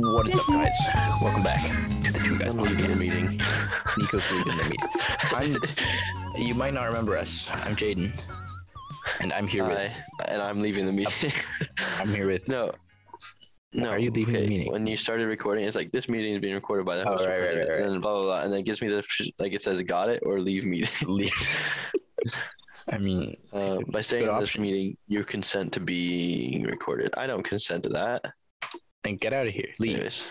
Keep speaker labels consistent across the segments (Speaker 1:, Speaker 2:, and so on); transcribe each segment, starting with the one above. Speaker 1: guys, welcome back to the Two Guys
Speaker 2: I'm leaving the
Speaker 1: Podcast.
Speaker 2: meeting.
Speaker 1: Nico's leaving the meeting.
Speaker 2: I'm
Speaker 1: You might not remember us. I'm Jaden, and I'm here
Speaker 2: I,
Speaker 1: with.
Speaker 2: and I'm leaving the meeting.
Speaker 1: I'm here with.
Speaker 2: no, no.
Speaker 1: Are you leaving the
Speaker 2: okay,
Speaker 1: meeting?
Speaker 2: When you started recording, it's like this meeting is being recorded by the
Speaker 1: Oh,
Speaker 2: host,
Speaker 1: right, right, right,
Speaker 2: and then blah blah blah, and then it gives me the sh- like it says got it or leave meeting.
Speaker 1: Lee. I mean,
Speaker 2: Uh, by saying
Speaker 1: Good
Speaker 2: this
Speaker 1: options.
Speaker 2: meeting, you consent to being recorded. I don't consent to that.
Speaker 1: then get out of here. Leave.
Speaker 2: Anyways.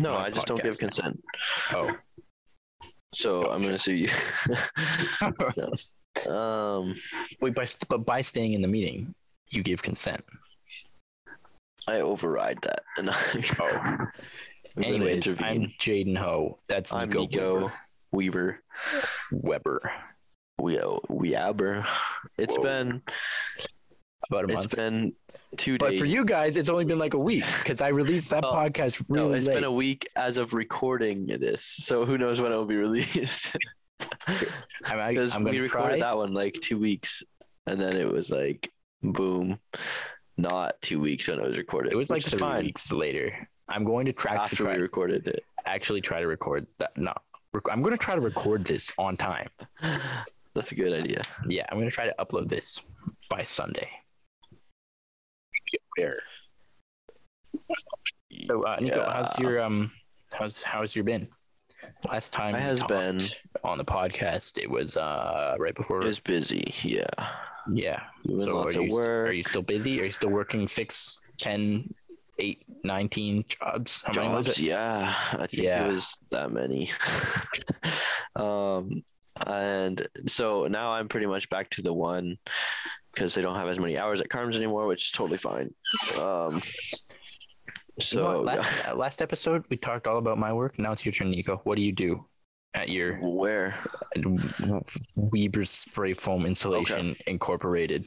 Speaker 2: No,
Speaker 1: My
Speaker 2: I just don't give
Speaker 1: podcast now.
Speaker 2: consent.
Speaker 1: Oh,
Speaker 2: So I'm gonna sue you. um,
Speaker 1: wait. By st- but by staying in the meeting, you give consent.
Speaker 2: I override that, and I'm
Speaker 1: Oh.
Speaker 2: gonna
Speaker 1: Anyways, I'm
Speaker 2: intervene.
Speaker 1: Jaden Ho. That's
Speaker 2: I'm
Speaker 1: Nico,
Speaker 2: Nico Weaver.
Speaker 1: Weber.
Speaker 2: We Weaver. It's
Speaker 1: Whoa.
Speaker 2: been
Speaker 1: About a
Speaker 2: it's
Speaker 1: month.
Speaker 2: been two
Speaker 1: But
Speaker 2: days.
Speaker 1: for you guys, it's only been like a week because I released that
Speaker 2: Oh,
Speaker 1: podcast really
Speaker 2: no, it's
Speaker 1: late.
Speaker 2: been a week as of recording this. So who knows when it will be released?
Speaker 1: I'm, I,
Speaker 2: Because
Speaker 1: I'm gonna
Speaker 2: we recorded
Speaker 1: try.
Speaker 2: that one like two weeks, and then it was like boom, not two weeks when it was recorded.
Speaker 1: It was like
Speaker 2: which is
Speaker 1: three
Speaker 2: fine
Speaker 1: weeks later. I'm going to track
Speaker 2: after we recorded it.
Speaker 1: actually try to record that. No, rec- I'm going to try to record this on time.
Speaker 2: That's a good idea.
Speaker 1: Yeah, I'm going to try to upload this by Sunday. Get Where? So, uh, Nico, how's
Speaker 2: Yeah.
Speaker 1: your um, how's how's your been? Last time
Speaker 2: My
Speaker 1: we
Speaker 2: has
Speaker 1: talked
Speaker 2: been-
Speaker 1: on the podcast. It was uh right before.
Speaker 2: It was busy. Yeah.
Speaker 1: yeah.
Speaker 2: Doing
Speaker 1: So are
Speaker 2: lots
Speaker 1: you,
Speaker 2: of
Speaker 1: st- are
Speaker 2: work.
Speaker 1: you still busy? Are you still working six, ten, eight, nineteen jobs? How many was
Speaker 2: jobs?
Speaker 1: it?
Speaker 2: Yeah, I think
Speaker 1: Yeah.
Speaker 2: it was that many. um, and so now I'm pretty much back to the one because they don't have as many hours at Carms anymore, which is totally fine. Um,
Speaker 1: You know
Speaker 2: so
Speaker 1: what, last, uh, last episode we talked all about my work. Now it's your turn, Nico. What do you do at your
Speaker 2: where?
Speaker 1: Weber Spray Foam Insulation Incorporated?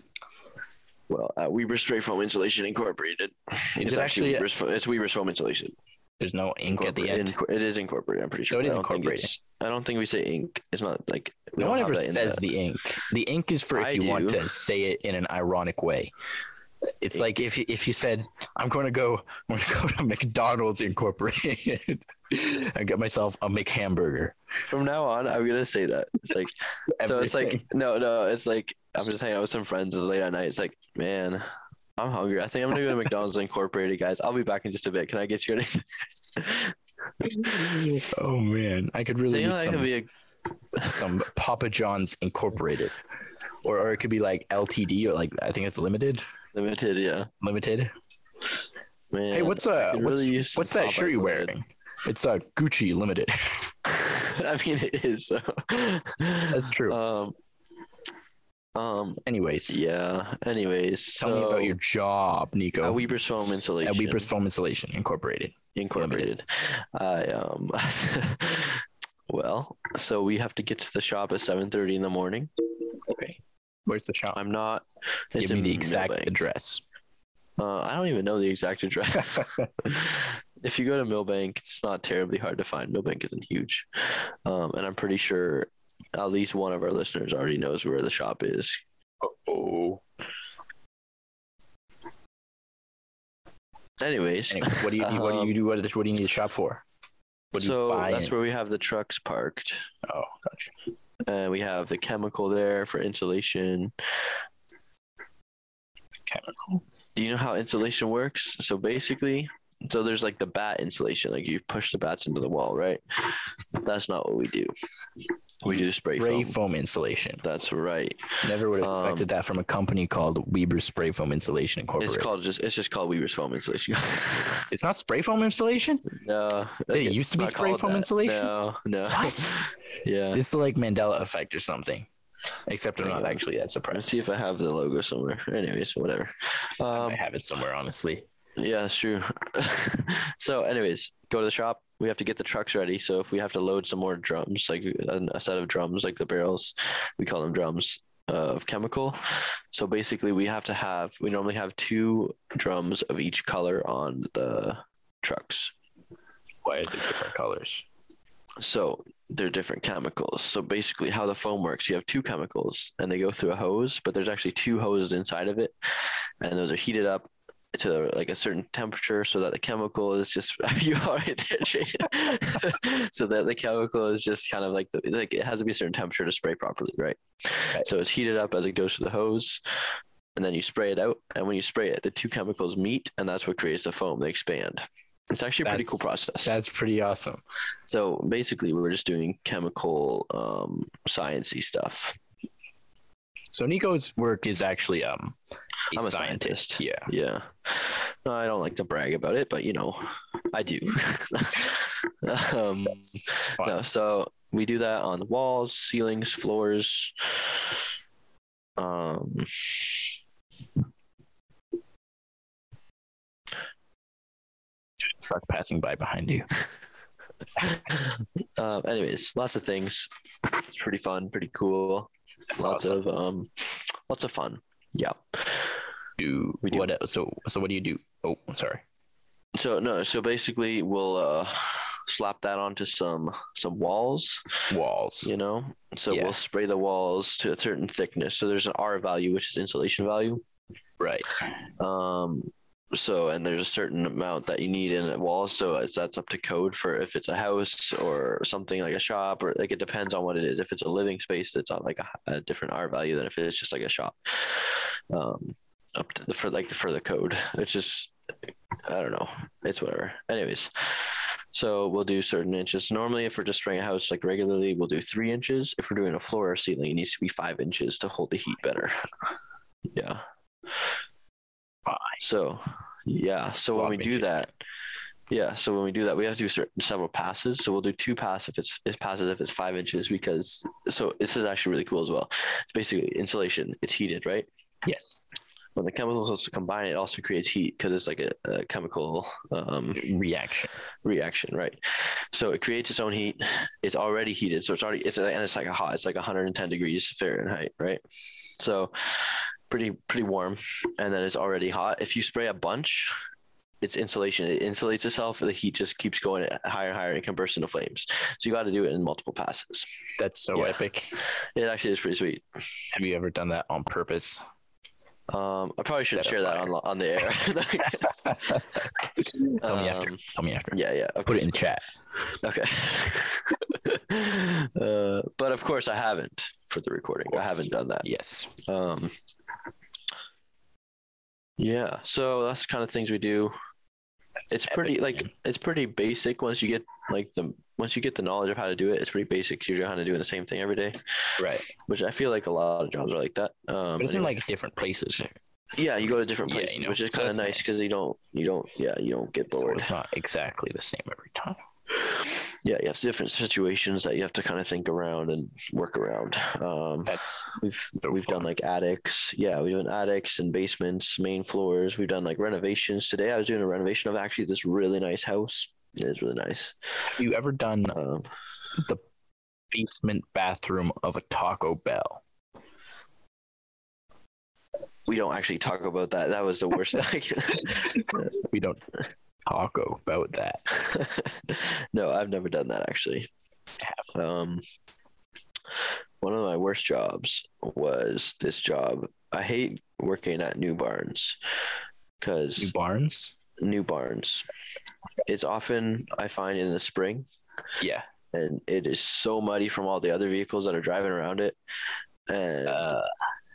Speaker 2: Well, at Weber Spray Foam Insulation Incorporated.
Speaker 1: Is it actually?
Speaker 2: Weber's Foam, it's Weber's Foam Insulation.
Speaker 1: there's no ink at the
Speaker 2: Incorporated.
Speaker 1: end.
Speaker 2: Inco- it is incorporated. I'm pretty
Speaker 1: So
Speaker 2: sure.
Speaker 1: it is
Speaker 2: I don't think
Speaker 1: incorporated.
Speaker 2: it's- I don't think we say ink. It's not like
Speaker 1: No
Speaker 2: we don't
Speaker 1: one
Speaker 2: have
Speaker 1: ever
Speaker 2: that in
Speaker 1: says
Speaker 2: the-
Speaker 1: the ink. The ink is for if
Speaker 2: I
Speaker 1: you want
Speaker 2: do.
Speaker 1: to say it in an ironic way. It's
Speaker 2: It-
Speaker 1: like if you, if you said, "I'm going to go, I'm going to go to McDonald's Incorporated and get myself a McHamburger."
Speaker 2: From now on, I'm gonna say that. It's like so. It's like
Speaker 1: Everything.
Speaker 2: no, no. It's like I'm just hanging out with some friends it's late at night. It's like, man, I'm hungry. I think I'm gonna go to McDonald's Incorporated, guys. I'll be back in just a bit. Can I get you anything?
Speaker 1: oh man, I could really
Speaker 2: Think
Speaker 1: use
Speaker 2: that
Speaker 1: some.
Speaker 2: could be a
Speaker 1: some Papa John's Incorporated, or or it could be like LTD or like I think it's limited.
Speaker 2: limited, yeah.
Speaker 1: Limited.
Speaker 2: Man,
Speaker 1: hey, what's uh,
Speaker 2: could
Speaker 1: what's,
Speaker 2: really use some
Speaker 1: what's that
Speaker 2: Popeyes
Speaker 1: shirt you
Speaker 2: Limited.
Speaker 1: wearing? It's uh Gucci Limited.
Speaker 2: I mean, it is. So.
Speaker 1: That's true.
Speaker 2: Um. Um.
Speaker 1: Anyways,
Speaker 2: Yeah. Anyways,
Speaker 1: tell me about
Speaker 2: so
Speaker 1: your job, Nico.
Speaker 2: at Weber's Foam Insulation.
Speaker 1: at Weepers Foam Insulation Incorporated.
Speaker 2: incorporated. I um well, so we have to get to the shop at 7:30 in the morning.
Speaker 1: Okay. Where's the shop?
Speaker 2: I'm not it's
Speaker 1: Give me
Speaker 2: in
Speaker 1: the exact
Speaker 2: Millbank.
Speaker 1: address.
Speaker 2: Uh, I don't even know the exact address. if you go to Millbank, it's not terribly hard to find. Millbank isn't huge. Um, and I'm pretty sure at least one of our listeners already knows where the shop is.
Speaker 1: Oh.
Speaker 2: Anyways,
Speaker 1: Anyway, what do you need? What do you do? What, what do you need a shop for? What do you
Speaker 2: so
Speaker 1: buy?
Speaker 2: that's
Speaker 1: in-
Speaker 2: where we have the trucks parked.
Speaker 1: Oh, gotcha.
Speaker 2: And we have the chemical there for insulation.
Speaker 1: Chemical.
Speaker 2: do you know how insulation works? So basically, so there's like the bat insulation, like you push the bats into the wall, right? That's not what we do. We do spray,
Speaker 1: Spray
Speaker 2: foam.
Speaker 1: foam insulation.
Speaker 2: That's right.
Speaker 1: Never would have
Speaker 2: Um,
Speaker 1: expected that from a company called Weber Spray Foam Insulation Incorporated.
Speaker 2: It's
Speaker 1: It's,
Speaker 2: called just it's just called Weaver's foam insulation.
Speaker 1: not spray foam insulation.
Speaker 2: no,
Speaker 1: It
Speaker 2: it's
Speaker 1: used to be
Speaker 2: not
Speaker 1: spray
Speaker 2: called
Speaker 1: foam
Speaker 2: that.
Speaker 1: insulation?
Speaker 2: No, no.
Speaker 1: What?
Speaker 2: yeah.
Speaker 1: It's like Mandela effect or something. Except I'm not
Speaker 2: Yeah.
Speaker 1: actually that surprised.
Speaker 2: Let's see if I have the logo somewhere. Anyways, whatever. Um,
Speaker 1: I have it somewhere, honestly.
Speaker 2: Yeah, that's true. so, anyways, go to the shop. We have to get the trucks ready. So, if we have to load some more drums, like an- a set of drums, like the barrels, we call them drums uh, of chemical. So, basically, we have to have, we normally have two drums of each color on the trucks.
Speaker 1: Why are they different colors?
Speaker 2: So, they're different chemicals. So, basically, how the foam works, you have two chemicals and they go through a hose, but there's actually two hoses inside of it. And those are heated up to like a certain temperature so that the chemical is just you are right there, Jaden. so that the chemical is just kind of like the like it has to be a certain temperature to spray properly, right?
Speaker 1: Right.
Speaker 2: So it's heated up as it goes through the hose, and then you spray it out. And when you spray it, the two chemicals meet, and that's what creates the foam. They expand. It's actually a pretty cool process.
Speaker 1: That's pretty awesome.
Speaker 2: So basically, we were just doing chemical, um, sciencey stuff.
Speaker 1: So Nico's work is actually um
Speaker 2: I'm a scientist.
Speaker 1: Yeah.
Speaker 2: Yeah. No, I don't like to brag about it, but you know, I do. um,
Speaker 1: fun.
Speaker 2: no, so we do that on the walls, ceilings, floors. Um,
Speaker 1: Truck passing by behind you.
Speaker 2: uh, anyways, lots of things. It's pretty fun, pretty cool. Lots
Speaker 1: Awesome.
Speaker 2: of um, lots of fun. Yeah.
Speaker 1: Do
Speaker 2: We do.
Speaker 1: what? el- So so what do you do? Oh, sorry.
Speaker 2: So no, so basically we'll uh slap that onto some some walls,
Speaker 1: Walls.
Speaker 2: you know. So
Speaker 1: Yeah.
Speaker 2: we'll spray the walls to a certain thickness. So there's an R value, which is insulation value.
Speaker 1: Right.
Speaker 2: Um so and there's a certain amount that you need in a wall. So it's that's up to code for if it's a house or something like a shop or like it depends on what it is. If it's a living space, it's on like a, a different R value than if it's just like a shop. Um up to the for like for the code. It's just I don't know. It's whatever. Anyways, so we'll do certain inches. Normally, if we're just spraying a house like regularly, we'll do three inches. If we're doing a floor or ceiling, it needs to be five inches to hold the heat better. yeah.
Speaker 1: Fine.
Speaker 2: So, yeah. So when
Speaker 1: Lot
Speaker 2: we
Speaker 1: of
Speaker 2: do
Speaker 1: inches.
Speaker 2: that, yeah. So when we do that, we have to do certain several passes. So we'll do two passes if it's it passes if it's five inches because so this is actually really cool as well. It's basically insulation. It's heated, right?
Speaker 1: Yes.
Speaker 2: when the chemicals combine, it also creates heat because it's like a, a chemical um,
Speaker 1: Reaction.
Speaker 2: reaction, right? So it creates its own heat. It's already heated, so it's already it's and it's like a hot. It's like 110 degrees Fahrenheit, right? So pretty pretty warm, and then it's already hot. If you spray a bunch. It's insulation. It insulates itself. The heat just keeps going higher and higher and converts into flames. So you got to do it in multiple passes.
Speaker 1: That's so
Speaker 2: Yeah.
Speaker 1: epic.
Speaker 2: It actually is pretty sweet.
Speaker 1: Have you ever done that on purpose?
Speaker 2: Um, I probably should
Speaker 1: Set a
Speaker 2: share that
Speaker 1: fire.
Speaker 2: on, on the air.
Speaker 1: Tell me after.
Speaker 2: Um,
Speaker 1: Tell me after.
Speaker 2: Yeah, yeah. of
Speaker 1: Put
Speaker 2: course.
Speaker 1: it in the chat.
Speaker 2: Okay. uh, but of course, I haven't for the recording. I haven't done that.
Speaker 1: Yes.
Speaker 2: Um, yeah. So that's kind of things we do. It's
Speaker 1: epic,
Speaker 2: pretty like
Speaker 1: man.
Speaker 2: it's pretty basic once you get like the once you get the knowledge of how to do it. It's pretty basic. You're kind of doing the same thing every day,
Speaker 1: right.
Speaker 2: which I feel like a lot of jobs are like that. Um,
Speaker 1: But it's in
Speaker 2: anyway.
Speaker 1: like different places.
Speaker 2: yeah, you go to different
Speaker 1: Yeah, you
Speaker 2: places,
Speaker 1: know,
Speaker 2: which is
Speaker 1: so
Speaker 2: kind of
Speaker 1: that's
Speaker 2: nice
Speaker 1: nice.
Speaker 2: because you don't you don't yeah you don't get
Speaker 1: So
Speaker 2: bored.
Speaker 1: it's not exactly the same every time.
Speaker 2: yeah, you have different situations that you have to kind of think around and work around. Um,
Speaker 1: That's
Speaker 2: we've
Speaker 1: so
Speaker 2: we've done
Speaker 1: fun.
Speaker 2: like attics, yeah, we've done attics and basements, main floors. We've done like renovations. Today, I was doing a renovation of actually this really nice house. It is really nice.
Speaker 1: Have you ever done
Speaker 2: Um,
Speaker 1: the basement bathroom of a Taco Bell?
Speaker 2: we don't actually talk about that. That was the worst.
Speaker 1: We don't talk about that.
Speaker 2: no, I've never done that actually. Um, one of my worst jobs was this job. I hate working at New Barns because
Speaker 1: New Barnes?
Speaker 2: new barns. It's often I find in the spring,
Speaker 1: Yeah.
Speaker 2: and it is so muddy from all the other vehicles that are driving around it, and
Speaker 1: Uh,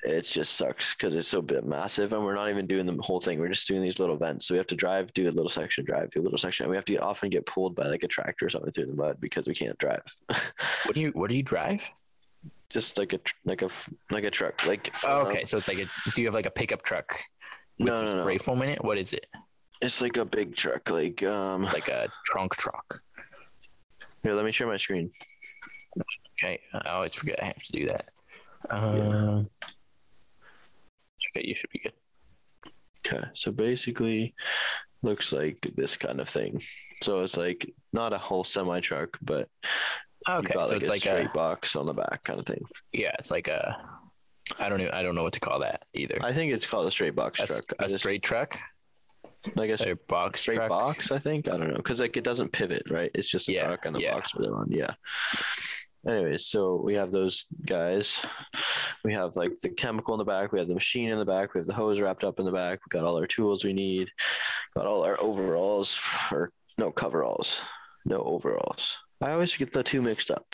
Speaker 2: it just sucks because it's so bit massive, and we're not even doing the whole thing. We're just doing these little vents, so we have to drive, do a little section, drive, do a little section, and we have to get, often get pulled by like a tractor or something through the mud because we can't drive.
Speaker 1: what do you what do you drive?
Speaker 2: just like a tr- like a f- like a truck, like
Speaker 1: Oh,
Speaker 2: um,
Speaker 1: okay, so it's like a so you have like a pickup truck with
Speaker 2: no,
Speaker 1: a
Speaker 2: no,
Speaker 1: spray
Speaker 2: no,
Speaker 1: foam in it. What is it?
Speaker 2: it's like a big truck, like um.
Speaker 1: Like a trunk truck.
Speaker 2: Here, let me share my screen.
Speaker 1: Okay, I always forget I have to do that. Um, Okay, you should be good.
Speaker 2: Okay, so basically, looks like this kind of thing. So it's like not a whole semi truck, but
Speaker 1: Okay,
Speaker 2: okay, got
Speaker 1: so
Speaker 2: like
Speaker 1: it's
Speaker 2: a
Speaker 1: like
Speaker 2: straight
Speaker 1: a
Speaker 2: box on the back kind of thing.
Speaker 1: yeah, it's like a I don't know I don't know what to call that either.
Speaker 2: I think it's called a straight box
Speaker 1: A, s-
Speaker 2: truck. I
Speaker 1: a
Speaker 2: just-
Speaker 1: straight truck,
Speaker 2: like a
Speaker 1: a box
Speaker 2: straight
Speaker 1: truck.
Speaker 2: box. I think I don't know because like it doesn't pivot, right? It's just a
Speaker 1: Yeah,
Speaker 2: truck and the
Speaker 1: yeah.
Speaker 2: box with it on. Yeah. Anyways, so we have those guys, We have like the chemical in the back. We have the machine in the back. We have the hose wrapped up in the back. We got all our tools we need. Got all our overalls or no coveralls, no overalls. I always get the two mixed up.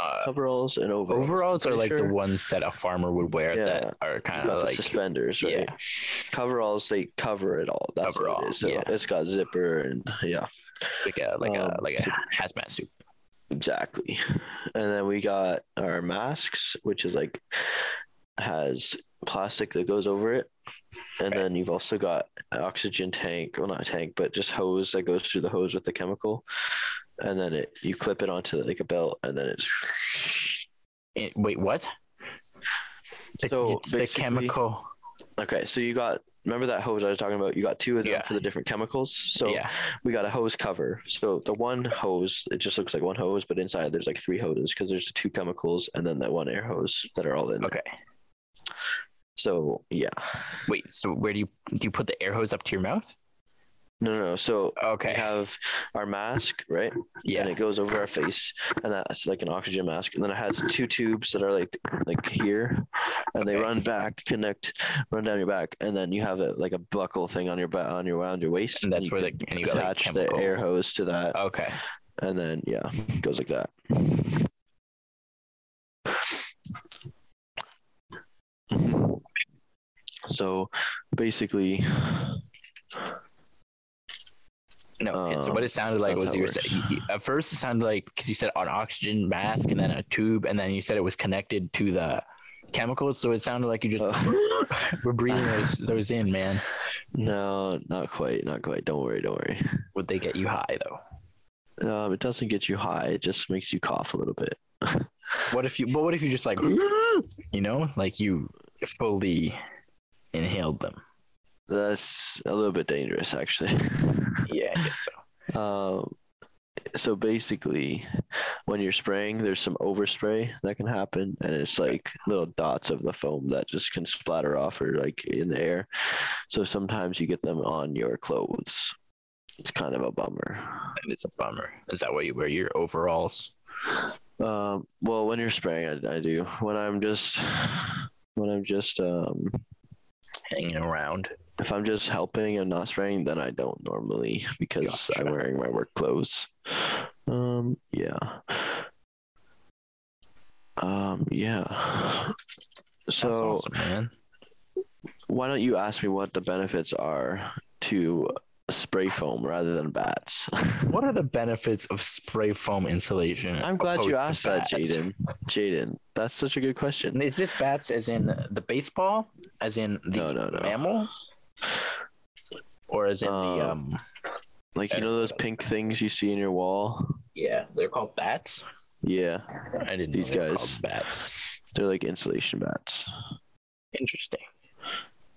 Speaker 1: Uh,
Speaker 2: Coveralls and overalls.
Speaker 1: overalls are
Speaker 2: Pretty
Speaker 1: like the
Speaker 2: sure.
Speaker 1: ones that a farmer would wear
Speaker 2: Yeah.
Speaker 1: that are
Speaker 2: You
Speaker 1: kind
Speaker 2: got
Speaker 1: of
Speaker 2: the
Speaker 1: like
Speaker 2: suspenders, right?
Speaker 1: yeah.
Speaker 2: Coveralls, they cover it all. That's
Speaker 1: Cover
Speaker 2: what
Speaker 1: all,
Speaker 2: it is. So
Speaker 1: yeah.
Speaker 2: it's got zipper and yeah,
Speaker 1: like a like a
Speaker 2: um,
Speaker 1: like a hazmat suit.
Speaker 2: exactly. And then we got our masks, which is like has plastic that goes over it. And
Speaker 1: Right.
Speaker 2: then you've also got an oxygen tank, well not a tank, but just hose that goes through the hose with the chemical. And then it you clip it onto like a belt and then it's
Speaker 1: Eh, Wait, what? The,
Speaker 2: So,
Speaker 1: the
Speaker 2: basically-
Speaker 1: chemical.
Speaker 2: okay. So you got remember that hose I was talking about? You got two of them
Speaker 1: Yeah.
Speaker 2: for the different chemicals. So
Speaker 1: yeah.
Speaker 2: we got a hose cover. So the one hose, it just looks like one hose, but inside there's like three hoses because there's the two chemicals and then that one air hose that are all in. there.
Speaker 1: Okay.
Speaker 2: So yeah,
Speaker 1: Wait. So where do you do you put the air hose up to your mouth?
Speaker 2: no, no. no. So we
Speaker 1: Okay.
Speaker 2: have our mask, right?
Speaker 1: Yeah.
Speaker 2: And it goes over our face, and that's like an oxygen mask. And then it has two tubes that are like like here, and they
Speaker 1: Okay.
Speaker 2: run back, connect, run down your back, and then you have a like a buckle thing on your back on your around your waist.
Speaker 1: and that's
Speaker 2: you
Speaker 1: where the
Speaker 2: can
Speaker 1: and you got like
Speaker 2: attach the
Speaker 1: chemical.
Speaker 2: air hose to that,
Speaker 1: Okay.
Speaker 2: and then yeah, it goes like that. Mhm. So basically,
Speaker 1: No. it's-
Speaker 2: Um,
Speaker 1: what it sounded like was
Speaker 2: that's how it
Speaker 1: you were sa-
Speaker 2: works.
Speaker 1: y- y- at first it sounded like because you said an oxygen mask and then a tube and then you said it was connected to the chemicals, so it sounded like you just
Speaker 2: uh,
Speaker 1: were breathing those, those in, man.
Speaker 2: no, not quite, not quite. Don't worry, don't worry.
Speaker 1: Would they get you high though?
Speaker 2: Um, it doesn't get you high. It just makes you cough a little bit.
Speaker 1: What if you? But what if you just like, you know, like you fully inhaled them?
Speaker 2: That's a little bit dangerous, actually.
Speaker 1: Yeah, I guess so.
Speaker 2: um, so basically, when you're spraying, there's some overspray that can happen, and it's like little dots of the foam that just can splatter off or like in the air. So sometimes you get them on your clothes. It's kind of a bummer.
Speaker 1: That is a bummer. Is that why you wear your overalls?
Speaker 2: Um, well, when you're spraying, I, I do. When I'm just, when I'm just, um,
Speaker 1: Hanging around.
Speaker 2: if I'm just helping and not spraying, then I don't normally because
Speaker 1: Gotcha.
Speaker 2: I'm wearing my work clothes. Um, yeah. Um, yeah. So
Speaker 1: That's awesome, man.
Speaker 2: why don't you ask me what the benefits are to spray foam rather than bats?
Speaker 1: What are the benefits of spray foam insulation?
Speaker 2: I'm glad you
Speaker 1: opposed to
Speaker 2: asked that,
Speaker 1: bats?
Speaker 2: Jaden. Jaden, that's such a good question.
Speaker 1: Is this bats as in the baseball, as in the
Speaker 2: No, no, no.
Speaker 1: mammal, or as in the
Speaker 2: Um,
Speaker 1: um?
Speaker 2: Like you know those pink things you see in your wall?
Speaker 1: Yeah, they're called bats.
Speaker 2: Yeah,
Speaker 1: I didn't.
Speaker 2: These
Speaker 1: know they were
Speaker 2: guys.
Speaker 1: called bats.
Speaker 2: they're like insulation bats.
Speaker 1: Interesting.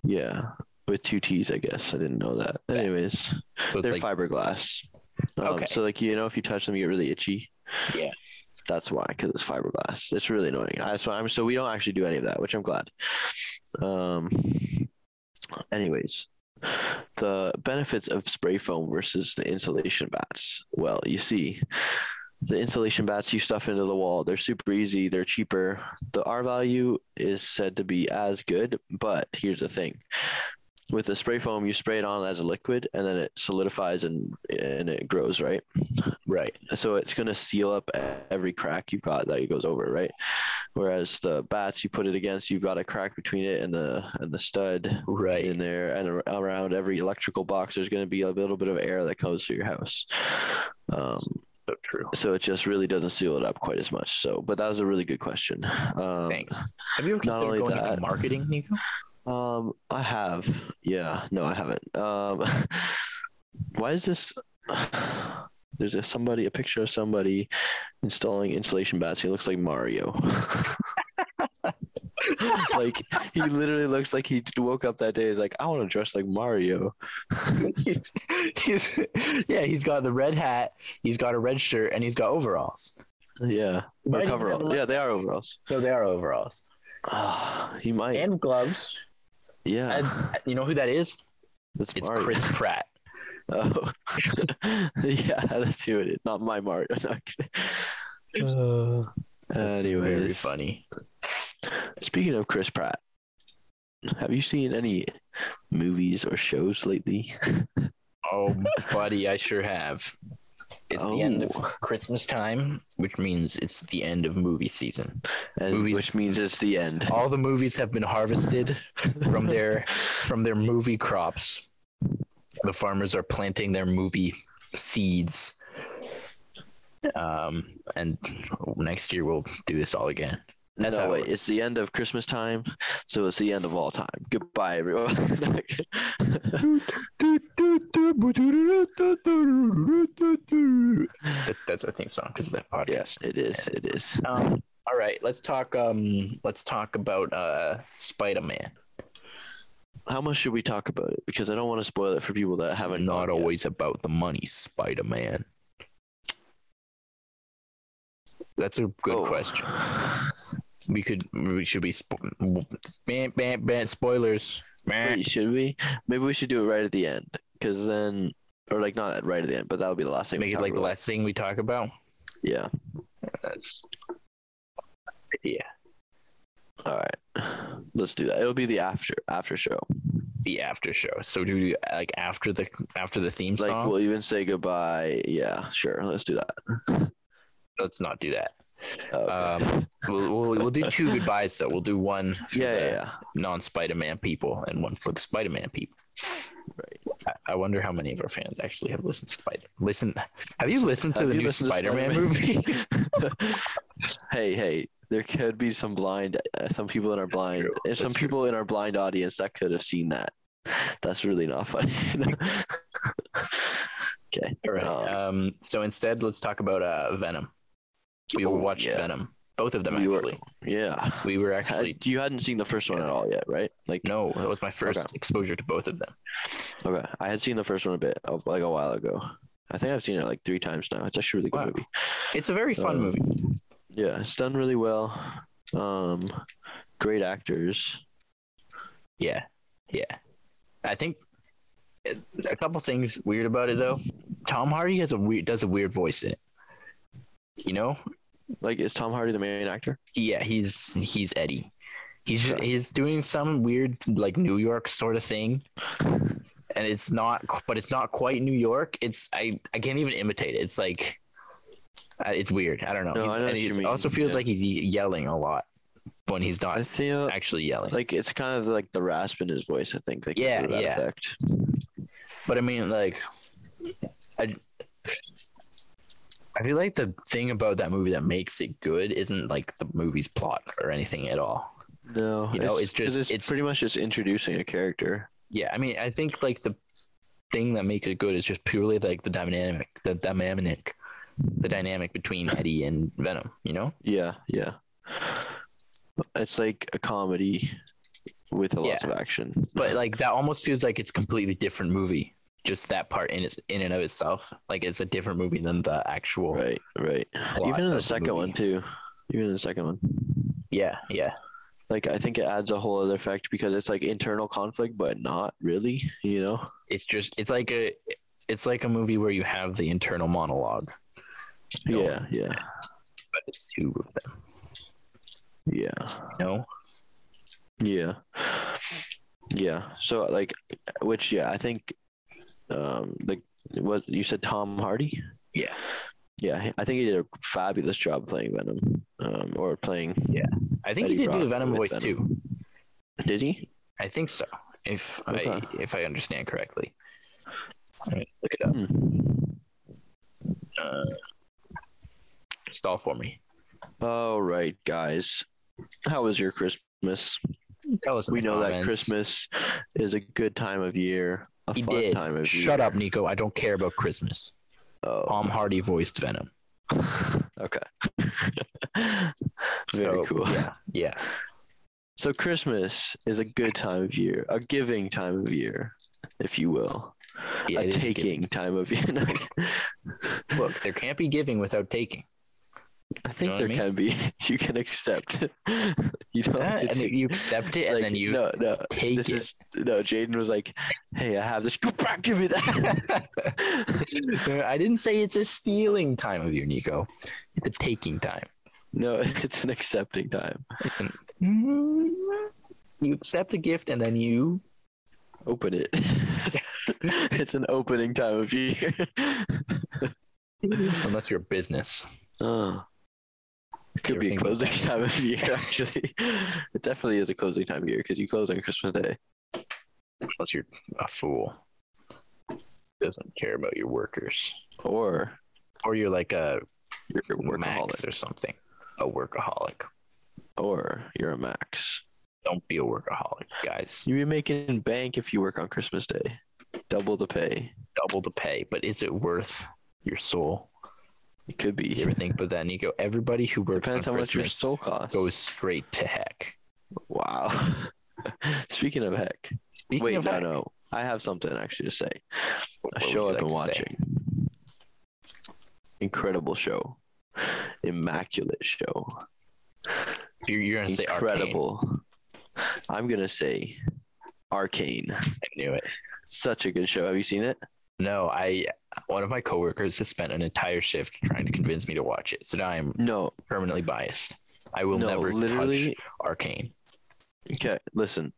Speaker 2: Yeah, with two T's, I guess. I didn't know that.
Speaker 1: Facts.
Speaker 2: Anyways,
Speaker 1: So it's
Speaker 2: they're
Speaker 1: like
Speaker 2: fiberglass. Um,
Speaker 1: Okay.
Speaker 2: So, like, you know, if you touch them, you get really itchy.
Speaker 1: Yeah.
Speaker 2: That's why, because it's fiberglass. It's really annoying. That's why I'm so we don't actually do any of that, which I'm glad. Um. Anyways, the benefits of spray foam versus the insulation bats. Well, you see, the insulation bats you stuff into the wall. They're super easy. They're cheaper. The R value is said to be as good, but here's the thing: with the spray foam, you spray it on as a liquid, and then it solidifies and and it grows, right?
Speaker 1: right.
Speaker 2: So it's gonna seal up every crack you've got that it goes over, right? Whereas the bats, you put it against, you've got a crack between it and the and the stud
Speaker 1: Right.
Speaker 2: in there, and ar- around every electrical box, there's gonna be a little bit of air that comes through your house. Um,
Speaker 1: so true.
Speaker 2: so it just really doesn't seal it up quite as much. So, but that was a really good question. Um,
Speaker 1: Thanks. Have you ever
Speaker 2: not
Speaker 1: considered
Speaker 2: only
Speaker 1: going
Speaker 2: that-
Speaker 1: into marketing, Nico?
Speaker 2: Um, I have. Yeah, no, I haven't. Um, why is this? There's a somebody, a picture of somebody installing insulation bats. He looks like Mario. like he literally looks like he woke up that day. He's like, I want to dress like Mario.
Speaker 1: he's, he's, yeah, he's got the red hat, he's got a red shirt, and he's got overalls.
Speaker 2: Yeah,
Speaker 1: Why
Speaker 2: or
Speaker 1: do you
Speaker 2: coveralls.
Speaker 1: never-
Speaker 2: Yeah, they are overalls.
Speaker 1: So they are overalls
Speaker 2: Ah, he might.
Speaker 1: and gloves.
Speaker 2: yeah,
Speaker 1: And you know who that is?
Speaker 2: that's
Speaker 1: It's
Speaker 2: Mario.
Speaker 1: Chris Pratt.
Speaker 2: Oh, yeah, that's who it is. Not my Mario. No, I'm kidding.
Speaker 1: Uh,
Speaker 2: Anyways,
Speaker 1: very funny.
Speaker 2: Speaking of Chris Pratt, have you seen any movies or shows lately?
Speaker 1: Oh, buddy, I sure have. It's the end of
Speaker 2: Oh.
Speaker 1: Christmas time, which means it's the end of movie season.
Speaker 2: And
Speaker 1: Movies. Oh,
Speaker 2: which means it's the end.
Speaker 1: All the movies have been harvested from their from their movie crops. The farmers are planting their movie seeds. Um, and next year we'll do this all again. That's
Speaker 2: no,
Speaker 1: how it
Speaker 2: wait,
Speaker 1: works.
Speaker 2: it's the end of Christmas time, so it's the end of all time. Goodbye, everyone.
Speaker 1: That- That's our theme song because of that podcast.
Speaker 2: yes, it is. It is.
Speaker 1: Um, all right, let's talk. Um, let's talk about uh, Spider Man.
Speaker 2: How much should we talk about it? Because I don't want to spoil it for people that haven't.
Speaker 1: Not
Speaker 2: gone yet.
Speaker 1: always about the money, Spider Man. That's a good
Speaker 2: Oh.
Speaker 1: question. We could. We should be. Spo- bam, bam, bam. Spoilers. Bam.
Speaker 2: Wait, should we? Maybe we should do it right at the end, because then, or like not right at the end, but that would be the last thing. we
Speaker 1: Make it
Speaker 2: talk
Speaker 1: like the
Speaker 2: about.
Speaker 1: last thing we talk about.
Speaker 2: Yeah.
Speaker 1: That's. Yeah.
Speaker 2: All right. Let's do that. It'll be the after after show.
Speaker 1: The after show. So do we, like after the after the theme
Speaker 2: Like
Speaker 1: song.
Speaker 2: we'll even say goodbye. Yeah, sure. Let's do that.
Speaker 1: let's not do that.
Speaker 2: Okay.
Speaker 1: Um, We'll, we'll we'll do two goodbyes though. We'll do one. for
Speaker 2: yeah,
Speaker 1: the-
Speaker 2: yeah, yeah.
Speaker 1: non Spider Man people and one for the Spider Man people. Right. I, I wonder how many of our fans actually have listened to Spider. Listen, have you listened to
Speaker 2: Have
Speaker 1: the
Speaker 2: you
Speaker 1: new
Speaker 2: listened to
Speaker 1: Spider Man
Speaker 2: Spider-Man?
Speaker 1: movie?
Speaker 2: hey, hey, there could be some blind, uh, some people in our blind,
Speaker 1: true.
Speaker 2: if some
Speaker 1: That's true.
Speaker 2: people in our blind audience that could have seen that. That's really not funny. okay.
Speaker 1: All right.
Speaker 2: Um,
Speaker 1: Um. So instead, let's talk about uh Venom. We
Speaker 2: Oh,
Speaker 1: watched
Speaker 2: yeah.
Speaker 1: Venom. Both of them
Speaker 2: We were-
Speaker 1: actually.
Speaker 2: yeah.
Speaker 1: we were
Speaker 2: Had-
Speaker 1: actually.
Speaker 2: you hadn't seen the first one at all yet, right? Like,
Speaker 1: No, that was my first
Speaker 2: Okay.
Speaker 1: exposure to both of them.
Speaker 2: okay, I had seen the first one a bit of like a while ago. I think I've seen it like three times now. It's actually a really good
Speaker 1: Wow.
Speaker 2: movie.
Speaker 1: It's a very fun
Speaker 2: Um,
Speaker 1: movie.
Speaker 2: Yeah, it's done really well. Um, great actors.
Speaker 1: Yeah, yeah. I think uh, a couple things weird about it though. Tom Hardy has a weird does a weird voice in it. You know,
Speaker 2: Like, is Tom Hardy the main actor?
Speaker 1: yeah, he's he's Eddie. He's just,
Speaker 2: Okay.
Speaker 1: he's doing some weird like New York sort of thing, and it's not, qu- but it's not quite New York. It's I I can't even imitate it. It's like, uh, it's weird. I don't know.
Speaker 2: No,
Speaker 1: He's-
Speaker 2: I know
Speaker 1: and
Speaker 2: what you
Speaker 1: he's-
Speaker 2: mean,
Speaker 1: also feels
Speaker 2: yeah.
Speaker 1: like he's ye- yelling a lot when he's
Speaker 2: I
Speaker 1: not
Speaker 2: feel
Speaker 1: actually yelling.
Speaker 2: like it's kind of like the rasp in his voice. I think. That
Speaker 1: Yeah,
Speaker 2: gives it that
Speaker 1: yeah.
Speaker 2: Effect.
Speaker 1: But I mean, like, I, I feel like the thing about that movie that makes it good isn't like the movie's plot or anything at all.
Speaker 2: No,
Speaker 1: You know, it's
Speaker 2: 'cause
Speaker 1: just-
Speaker 2: it's,
Speaker 1: it's-
Speaker 2: pretty much just introducing a character.
Speaker 1: Yeah, I mean, I think like the thing that makes it good is just purely like the dynamic, the dynamic, the dynamic between Eddie and Venom. You know?
Speaker 2: Yeah, yeah. It's like a comedy with a lot
Speaker 1: Yeah.
Speaker 2: of action.
Speaker 1: But like that almost feels like it's a completely different movie. Just that part in its in and of itself, like it's a different movie than the actual.
Speaker 2: Right, right.
Speaker 1: plot
Speaker 2: Even in
Speaker 1: of
Speaker 2: the
Speaker 1: the
Speaker 2: second one
Speaker 1: movie.
Speaker 2: too. Even in the second one.
Speaker 1: Yeah, yeah,
Speaker 2: Like I think it adds a whole other effect because it's like internal conflict, but not really, you know?
Speaker 1: it's just it's like a it's like a movie where you have the internal monologue. No.
Speaker 2: Yeah, yeah.
Speaker 1: but it's two of them.
Speaker 2: Yeah.
Speaker 1: No,
Speaker 2: Yeah. Yeah. So like which yeah, I think um like what you said Tom Hardy?
Speaker 1: Yeah.
Speaker 2: Yeah, I think he did a fabulous job playing Venom. Um or playing
Speaker 1: I think
Speaker 2: Eddie
Speaker 1: he did do
Speaker 2: Brock
Speaker 1: the Venom
Speaker 2: with
Speaker 1: voice
Speaker 2: Venom.
Speaker 1: too.
Speaker 2: Did he?
Speaker 1: I think so, if I
Speaker 2: Okay.
Speaker 1: if I understand correctly. All right, Look it up.
Speaker 2: Hmm.
Speaker 1: Uh, stall for me.
Speaker 2: All Oh, right, guys. How was your Christmas?
Speaker 1: Tell us. in
Speaker 2: We
Speaker 1: the
Speaker 2: know that
Speaker 1: comments.
Speaker 2: Christmas is a good time of year, a
Speaker 1: He
Speaker 2: fun
Speaker 1: did.
Speaker 2: time of year.
Speaker 1: Shut up, Nico. I don't care about Christmas.
Speaker 2: Oh,
Speaker 1: Tom Hardy voiced Venom.
Speaker 2: okay. Very
Speaker 1: So,
Speaker 2: cool.
Speaker 1: Yeah, yeah.
Speaker 2: So Christmas is a good time of year, a giving time of year, if you will,
Speaker 1: yeah
Speaker 2: a
Speaker 1: it is giving.
Speaker 2: taking time of year.
Speaker 1: Look, there can't be giving without taking.
Speaker 2: I think
Speaker 1: what I
Speaker 2: there
Speaker 1: mean?
Speaker 2: can be. You can accept. you don't
Speaker 1: That-
Speaker 2: have to
Speaker 1: and
Speaker 2: take.
Speaker 1: you accept it, and
Speaker 2: like,
Speaker 1: then you
Speaker 2: no no.
Speaker 1: take
Speaker 2: This
Speaker 1: it.
Speaker 2: is no. Jaden was like, "Hey, I have this. Go back, give me that."
Speaker 1: I didn't say it's a stealing time of year, Nico. It's a taking time.
Speaker 2: No, it's an accepting time.
Speaker 1: It's an, you accept the gift and then you
Speaker 2: Open it. it's an opening time of year.
Speaker 1: unless you're a business.
Speaker 2: oh. It could be a
Speaker 1: Everything-
Speaker 2: closing time of year, actually. It definitely is a closing time of year because you close on Christmas Day.
Speaker 1: Unless you're a fool. Doesn't care about your workers.
Speaker 2: Or
Speaker 1: Or you're like a
Speaker 2: you're a workaholic.
Speaker 1: max or something. A workaholic.
Speaker 2: Or you're a max.
Speaker 1: Don't be a workaholic, guys.
Speaker 2: You'll be making bank if you work on Christmas Day. Double the pay.
Speaker 1: Double the pay, but is it worth your soul?
Speaker 2: It could be.
Speaker 1: You ever think about that, Nico? Everybody who works
Speaker 2: Depends
Speaker 1: on
Speaker 2: how much your
Speaker 1: Christmas
Speaker 2: soul costs.
Speaker 1: goes straight to heck.
Speaker 2: Wow. Speaking of heck.
Speaker 1: Speaking
Speaker 2: Wait,
Speaker 1: of
Speaker 2: no,
Speaker 1: heck,
Speaker 2: no. I have something actually to say.
Speaker 1: what
Speaker 2: A
Speaker 1: would
Speaker 2: show
Speaker 1: you
Speaker 2: I've
Speaker 1: like
Speaker 2: been
Speaker 1: to say?
Speaker 2: watching. Incredible show. Immaculate show.
Speaker 1: So you're, you're gonna say incredible.
Speaker 2: Incredible. I'm gonna say Arcane.
Speaker 1: I knew it.
Speaker 2: Such a good show. Have you seen it?
Speaker 1: No, I one of my coworkers has spent an entire shift trying to convince me to watch it. So now I'm
Speaker 2: No.
Speaker 1: permanently biased. I will
Speaker 2: no,
Speaker 1: never
Speaker 2: literally.
Speaker 1: touch Arcane.
Speaker 2: Okay, listen.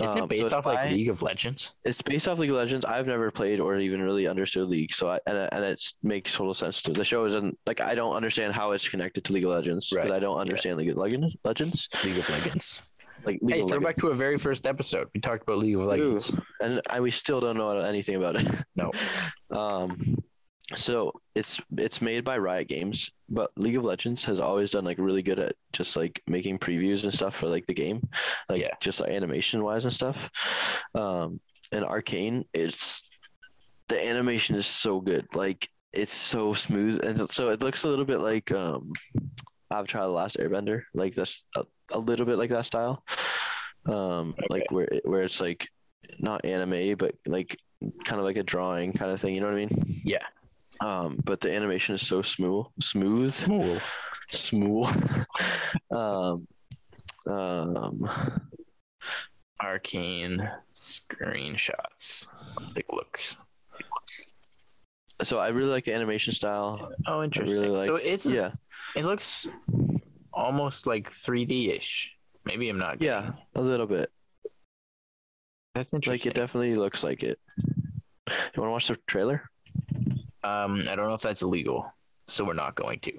Speaker 1: Isn't
Speaker 2: Um, so
Speaker 1: it based
Speaker 2: if
Speaker 1: off like
Speaker 2: I-
Speaker 1: League of Legends?
Speaker 2: It's based off League of Legends. I've never played or even really understood League, so I, and and it makes total sense to the show. Isn't like I don't understand how it's connected to League of Legends because
Speaker 1: Right,
Speaker 2: I don't understand League of Legends. Legends
Speaker 1: League of Legends.
Speaker 2: like League
Speaker 1: hey,
Speaker 2: of
Speaker 1: throw back
Speaker 2: Legends.
Speaker 1: to our very first episode. We talked about League of
Speaker 2: Ooh.
Speaker 1: Legends.
Speaker 2: and I, we still don't know anything about it.
Speaker 1: No.
Speaker 2: Um, so it's it's made by Riot Games, but League of Legends has always done like really good at just like making previews and stuff for like the game, like
Speaker 1: Yeah.
Speaker 2: just like animation wise and stuff. Um, and Arcane, it's the animation is so good, like it's so smooth, and so it looks a little bit like um, Avatar: The Last Airbender, like that's a, a little bit like that style, um, like where it- where it's like not anime, but like kind of like a drawing kind of thing. You know what I mean?
Speaker 1: Yeah.
Speaker 2: Um, but the animation is so smooth, smooth,
Speaker 1: Cool.
Speaker 2: smooth. um, um,
Speaker 1: Arcane screenshots. Let's take a look.
Speaker 2: so I really like the animation style.
Speaker 1: Oh, interesting.
Speaker 2: like-
Speaker 1: so it's
Speaker 2: Yeah,
Speaker 1: it looks almost like 3D ish. Maybe I'm not.
Speaker 2: yeah,
Speaker 1: getting-
Speaker 2: a little bit.
Speaker 1: that's
Speaker 2: Like
Speaker 1: interesting.
Speaker 2: it definitely looks like it. You want to watch the trailer?
Speaker 1: um, I don't know if that's illegal, so we're not going to.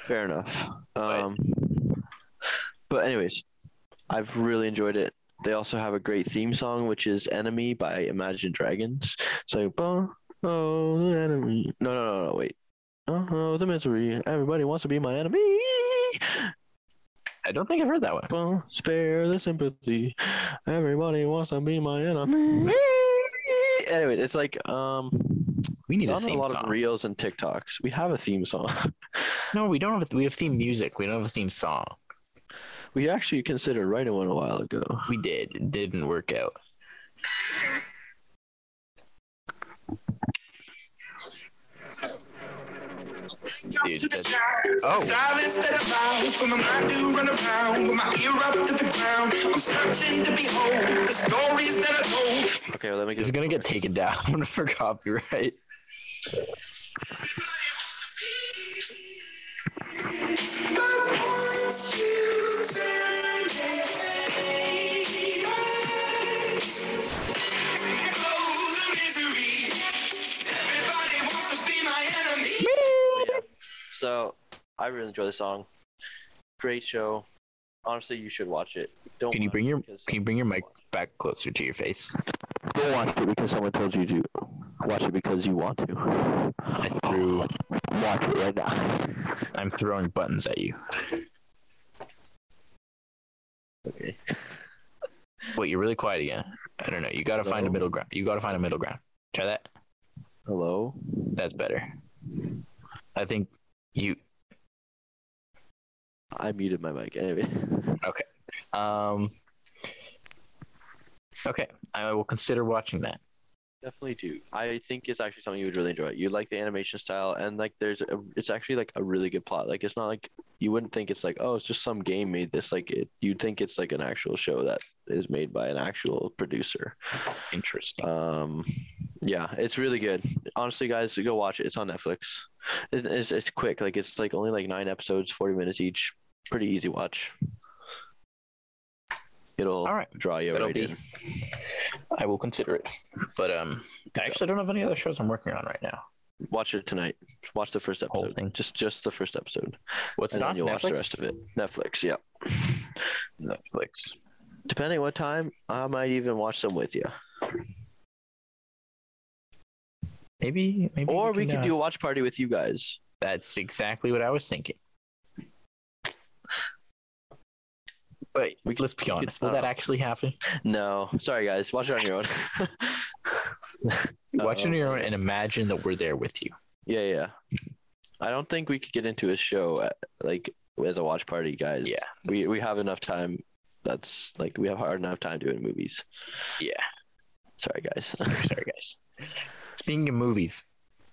Speaker 2: Fair enough. Um, but anyways, I've really enjoyed it. They also have a great theme song, which is "Enemy" by Imagine Dragons. It's like, "Bah, oh, the enemy. No, no, no, no, wait. Oh, oh, the misery. Everybody wants to be my enemy.
Speaker 1: I don't think I've heard that one.
Speaker 2: Bah, spare the sympathy. Everybody wants to be my enemy. Anyway, it's like um,
Speaker 1: We need a
Speaker 2: on a
Speaker 1: theme
Speaker 2: lot
Speaker 1: song.
Speaker 2: of reels and TikToks. We have a theme song.
Speaker 1: no, we don't have. A, we have theme music. We don't have a theme song.
Speaker 2: We actually considered writing one a while ago.
Speaker 1: We did. It didn't work out. Dude,
Speaker 3: to the
Speaker 1: that's-
Speaker 3: sides.
Speaker 1: Oh.
Speaker 3: Silence that allows for my mind to run around with my ear up to the ground. I'm searching to behold the stories that I told.
Speaker 2: Okay, well, let me
Speaker 1: It's gonna get taken down for copyright.
Speaker 3: My voice you turn haters. Oh, the misery. Everybody wants to be my enemy.
Speaker 2: But yeah. So I really enjoy the song. Great show. Honestly, you should watch it. Don't.
Speaker 1: Can you
Speaker 2: watch
Speaker 1: bring
Speaker 2: it
Speaker 1: your-
Speaker 2: because
Speaker 1: Can you bring your mic back closer to your face?
Speaker 2: Don't watch it because someone told you to. Watch it because you want to.
Speaker 1: I threw.
Speaker 2: Watch it right now.
Speaker 1: I'm throwing buttons at you.
Speaker 2: Okay.
Speaker 1: Wait, you're really quiet again. I don't know. You gotta find a
Speaker 2: Hello?
Speaker 1: middle ground. You gotta find a middle ground. Try that.
Speaker 2: Hello.
Speaker 1: That's better. I think you.
Speaker 2: I muted my mic. Anyway.
Speaker 1: Um. Okay, I will consider watching that.
Speaker 2: Definitely do. I think it's actually something you would really enjoy. You like the animation style, and like there's, a, it's actually like a really good plot. Like it's not like you wouldn't think it's like oh, it's just some game made this. Like it, you'd think it's like an actual show that is made by an actual producer.
Speaker 1: Interesting.
Speaker 2: Um, yeah, it's really good. Honestly, guys, go watch it. It's on Netflix. It, it's it's quick. Like it's like only like nine episodes, forty minutes each. Pretty easy watch. It'll
Speaker 1: All right.
Speaker 2: draw you
Speaker 1: That'll
Speaker 2: right
Speaker 1: be-
Speaker 2: in.
Speaker 1: I will consider it. But um, I actually don't have any other shows I'm working on right now.
Speaker 2: Watch it tonight. Watch the first
Speaker 1: Whole
Speaker 2: episode.
Speaker 1: thing.
Speaker 2: Just just the first episode,
Speaker 1: What's
Speaker 2: and
Speaker 1: it
Speaker 2: then
Speaker 1: on?
Speaker 2: you'll watch the
Speaker 1: Netflix?
Speaker 2: rest of it. Netflix. Yeah.
Speaker 1: Netflix.
Speaker 2: Depending what time, I might even watch some with you.
Speaker 1: Maybe, maybe.
Speaker 2: Or we could
Speaker 1: uh,
Speaker 2: do a watch party with you guys.
Speaker 1: That's exactly what I was thinking. But
Speaker 2: We could-
Speaker 1: let's be
Speaker 2: we could-
Speaker 1: honest. Will that
Speaker 2: uh,
Speaker 1: actually happen?
Speaker 2: No, sorry guys, watch it on your own.
Speaker 1: Watch it on
Speaker 2: Uh-oh.
Speaker 1: your own and imagine that we're there with you.
Speaker 2: Yeah, yeah. I don't think we could get into a show at, like as a watch party, guys.
Speaker 1: Yeah,
Speaker 2: we
Speaker 1: that's-
Speaker 2: we have enough time. That's like we have hard enough time doing movies.
Speaker 1: Yeah.
Speaker 2: Sorry, guys.
Speaker 1: Sorry, sorry, guys. Speaking of movies,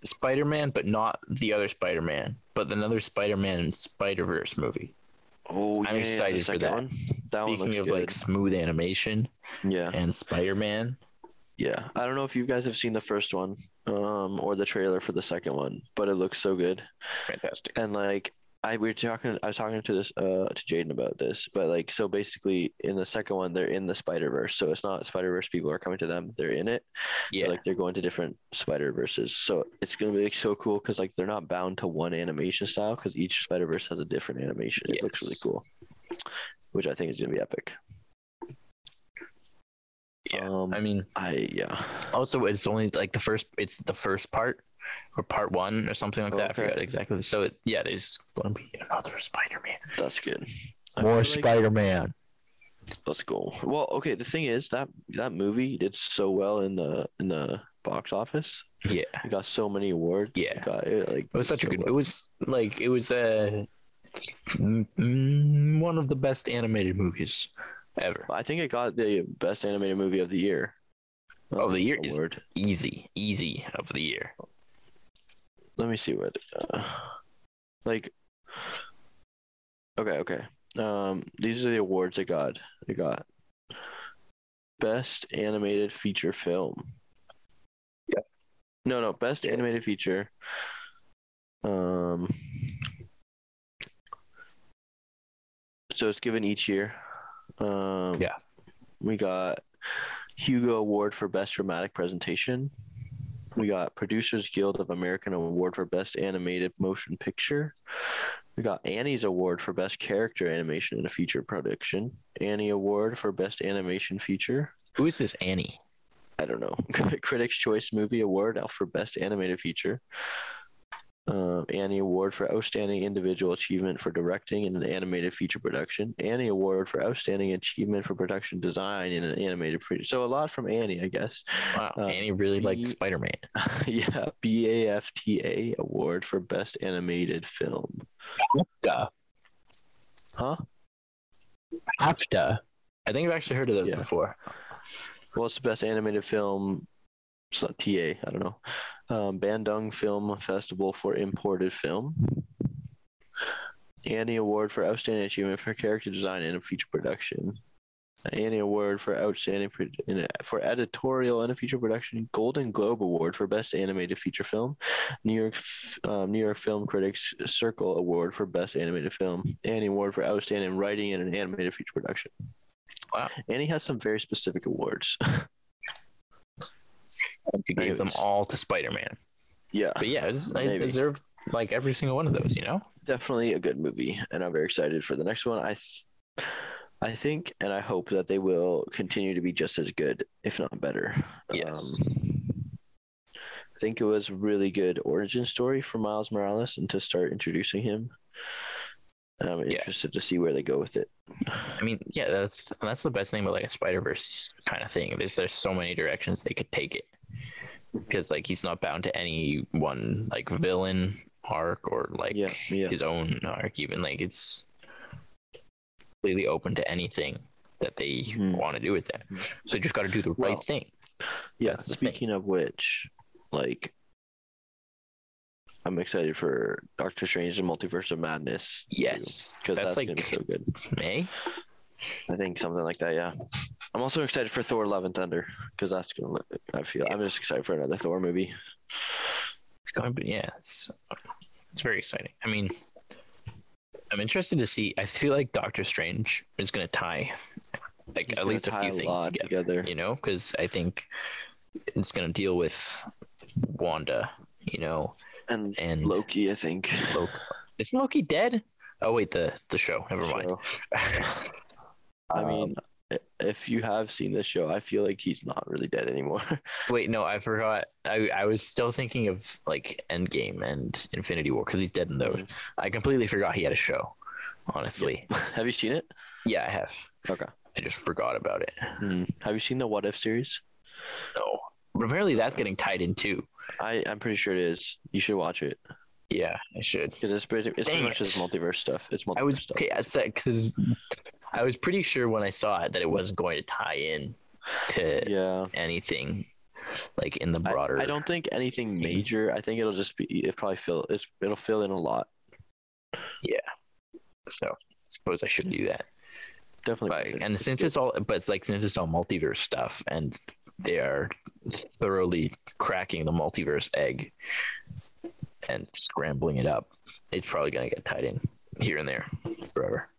Speaker 1: Spider Man, but not the other Spider Man, but another Spider Man and Spider Verse movie.
Speaker 2: Oh,
Speaker 1: I'm excited for
Speaker 2: second
Speaker 1: that.
Speaker 2: One. That one
Speaker 1: Speaking
Speaker 2: looks
Speaker 1: of
Speaker 2: good. Uh-huh.
Speaker 1: like smooth animation
Speaker 2: yeah,
Speaker 1: and Spider Man,
Speaker 2: yeah. I don't know if you guys have seen the first one, um, or the trailer for the second one, but it looks so good.
Speaker 1: fantastic.
Speaker 2: and like I we were talking I was talking to this uh to Jaden about this, but like so basically in the second one they're in the Spider Verse, so it's not Spider Verse people are coming to them, they're in it. So,
Speaker 1: Yeah,
Speaker 2: like they're going to different Spider Verses, so it's gonna be like so cool because like they're not bound to one animation style because each Spider Verse has a different animation. It looks really
Speaker 1: Yes.
Speaker 2: cool, which I think is gonna be epic.
Speaker 1: Yeah,
Speaker 2: um,
Speaker 1: I
Speaker 2: I,
Speaker 1: mean,
Speaker 2: yeah.
Speaker 1: also it's only like the first. It's the first part or part one or something like that.
Speaker 2: Okay.
Speaker 1: I forgot exactly. So it, yeah, there's going to be another Spider Man.
Speaker 2: That's good. Spider.
Speaker 1: Spider Man.
Speaker 2: Let's go. Well, okay. The thing is that that movie did so well in the in the box office.
Speaker 1: Yeah,
Speaker 2: It got so many awards.
Speaker 1: Yeah.
Speaker 2: it got, it, like
Speaker 1: it was such a
Speaker 2: so
Speaker 1: good. It
Speaker 2: well-
Speaker 1: was like it was uh, m- m- one of the best animated movies ever.
Speaker 2: I think it got the best animated movie of the year.
Speaker 1: Of the year is-
Speaker 2: award.
Speaker 1: easy, easy of the year.
Speaker 2: Let me see what. Uh, like. Okay. Okay. Um. These are the awards it got. It got best animated feature film.
Speaker 1: Yep.
Speaker 2: No, no. Best
Speaker 1: Yeah.
Speaker 2: animated feature. Um. So it's given each year. Um,
Speaker 1: Yeah.
Speaker 2: We got Hugo Award for Best Dramatic Presentation. We got Producers Guild of American Award for Best Animated Motion Picture. We got Annie's Award for Best Character Animation in a Feature Production. Annie Award for Best Animation Feature.
Speaker 1: Who is this Annie?
Speaker 2: I don't know. Critics Choice Movie Award out for Best Animated Feature. Um, Annie Award for Outstanding Individual Achievement for Directing in an Animated Feature Production. Annie Award for Outstanding Achievement for Production Design in an Animated Feature. So a lot from Annie, I guess.
Speaker 1: Wow,
Speaker 2: Uh,
Speaker 1: Annie really liked
Speaker 2: the-
Speaker 1: Spider Man.
Speaker 2: yeah, BAFTA Award for Best Animated Film. Huh?
Speaker 1: After. I think I've actually heard of those
Speaker 2: Yeah.
Speaker 1: before.
Speaker 2: Well, it's the Best Animated Film. It's not TA. I don't know. Um, Bandung Film Festival for Imported Film. Annie Award for Outstanding Achievement for Character Design in a Feature Production. Annie Award for Outstanding Pro- in a, for Editorial in a Feature Production. Golden Globe Award for Best Animated Feature Film. New York F- um, New York Film Critics Circle Award for Best Animated Film. Annie Award for Outstanding Writing in an Animated Feature Production.
Speaker 1: Wow.
Speaker 2: Annie has some very specific awards.
Speaker 1: You gave them
Speaker 2: Anyways.
Speaker 1: all to Spider Man.
Speaker 2: yeah.
Speaker 1: But yeah, it was, I
Speaker 2: Maybe.
Speaker 1: deserve like every single one of those, you know?
Speaker 2: definitely a good movie and i'm very excited for the next one i th- i think and i hope that they will continue to be just as good if not better
Speaker 1: Yes.
Speaker 2: Um, i think it was really good origin story for miles morales and to start introducing him and i'm
Speaker 1: Yeah.
Speaker 2: interested to see where they go with it
Speaker 1: I mean, yeah, that's that's the best thing about like a Spider Verse kind of thing. There's there's so many directions they could take it. Because like he's not bound to any one like villain arc or like
Speaker 2: yeah yeah
Speaker 1: his own arc even like it's completely open to anything that they
Speaker 2: Mhm.
Speaker 1: want to do with that so you just got to do the
Speaker 2: Well,
Speaker 1: right thing
Speaker 2: yeah
Speaker 1: that's the thing.
Speaker 2: speaking of which like i'm excited for doctor strange and multiverse of madness
Speaker 1: yes
Speaker 2: because
Speaker 1: that's,
Speaker 2: that's, gonna
Speaker 1: like
Speaker 2: be so good
Speaker 1: may
Speaker 2: I think something like that, yeah. I'm also excited for Thor: Love and Thunder because that's gonna. look- I feel I'm just excited for another Thor movie.
Speaker 1: It's going to be yeah, it's it's very exciting. I mean, I'm interested to see. I feel like Doctor Strange is going to tie like
Speaker 2: It's
Speaker 1: at
Speaker 2: gonna
Speaker 1: least a
Speaker 2: tie
Speaker 1: few things
Speaker 2: lot
Speaker 1: together,
Speaker 2: together.
Speaker 1: you know, because I think it's going to deal with Wanda, you know,
Speaker 2: and
Speaker 1: and Loki.
Speaker 2: Loki. I think.
Speaker 1: Is Loki dead? Oh wait, the the show. Never mind.
Speaker 2: So, I
Speaker 1: Um,
Speaker 2: mean, i- if you have seen this show, I feel like he's not really dead anymore.
Speaker 1: Wait, no, I forgot. I, I was still thinking of like Endgame and Infinity War because he's dead in those.
Speaker 2: Mm-hmm.
Speaker 1: I completely forgot he had a show. Honestly,
Speaker 2: have you seen it?
Speaker 1: yeah, I have.
Speaker 2: Okay.
Speaker 1: I just forgot about it.
Speaker 2: Hmm. Have you seen the What If series?
Speaker 1: No, but apparently that's getting tied in too.
Speaker 2: I I'm pretty sure it is. You should watch it
Speaker 1: Yeah, I should.
Speaker 2: because it's pretty, it's pretty
Speaker 1: Dang
Speaker 2: much
Speaker 1: it.
Speaker 2: this multiverse stuff. It's multiverse
Speaker 1: I was
Speaker 2: stuff.
Speaker 1: okay. I said because I was pretty sure when I saw it that it wasn't going to tie in to
Speaker 2: Yeah.
Speaker 1: anything like in the
Speaker 2: I-
Speaker 1: broader.
Speaker 2: I, don't think anything
Speaker 1: Mhm.
Speaker 2: major. I think it'll just be it probably fill it's it'll fill in a lot.
Speaker 1: so I suppose I should do that.
Speaker 2: Definitely.
Speaker 1: but
Speaker 2: worth it.
Speaker 1: and since
Speaker 2: good.
Speaker 1: it's all but it's like since it's all multiverse stuff and they are thoroughly cracking the multiverse egg and scrambling it up it's probably going to get tied in here and there forever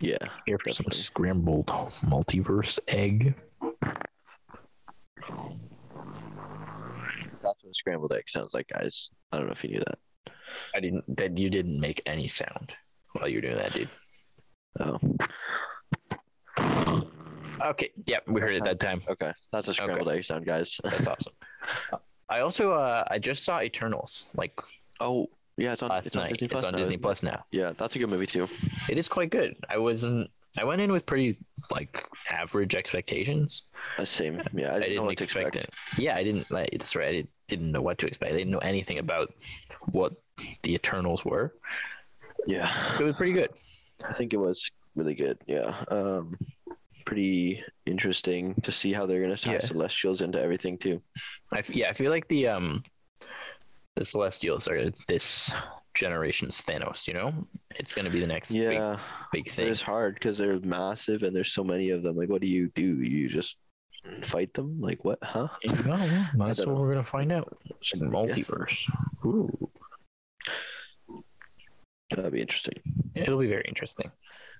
Speaker 2: yeah.
Speaker 1: here for some
Speaker 2: Definitely.
Speaker 1: scrambled multiverse egg
Speaker 2: That's what scrambled egg sounds like, guys. I don't know if you knew that.
Speaker 1: i didn't that you didn't make any sound while you were doing that dude
Speaker 2: Oh,
Speaker 1: okay yep we heard it that time
Speaker 2: okay. That's a scrambled egg sound, guys.
Speaker 1: that's awesome i also uh i just saw eternals like
Speaker 2: Oh, yeah. It's on.
Speaker 1: last
Speaker 2: it's on
Speaker 1: night
Speaker 2: Disney Plus.
Speaker 1: it's on
Speaker 2: now,
Speaker 1: disney
Speaker 2: isn't it?
Speaker 1: plus now
Speaker 2: Yeah, that's a good movie too.
Speaker 1: it is quite good. I wasn't. I went in with pretty like average expectations.
Speaker 2: Uh, Same. Yeah,
Speaker 1: I
Speaker 2: I didn't,
Speaker 1: didn't,
Speaker 2: know what
Speaker 1: expect,
Speaker 2: to expect.
Speaker 1: it. Yeah, I didn't. Like, that's right. I didn't- didn't know what to expect. I didn't know anything about what the Eternals were.
Speaker 2: Yeah,
Speaker 1: It was pretty good.
Speaker 2: I think it was really good. Yeah, um, pretty interesting to see how they're gonna tie
Speaker 1: Yeah.
Speaker 2: Celestials into everything too.
Speaker 1: I f- yeah, I feel like the um the Celestials are this generation's Thanos. You know, it's gonna be the next
Speaker 2: Yeah,
Speaker 1: big, big
Speaker 2: but
Speaker 1: thing.
Speaker 2: it's hard because they're massive and there's so many of them. Like, what do you do? You just fight them? Like, what? Huh?
Speaker 1: No, that's
Speaker 2: don't
Speaker 1: what
Speaker 2: know.
Speaker 1: we're gonna find out. It's a multiverse. Ooh,
Speaker 2: That'd be interesting.
Speaker 1: it'll be very interesting.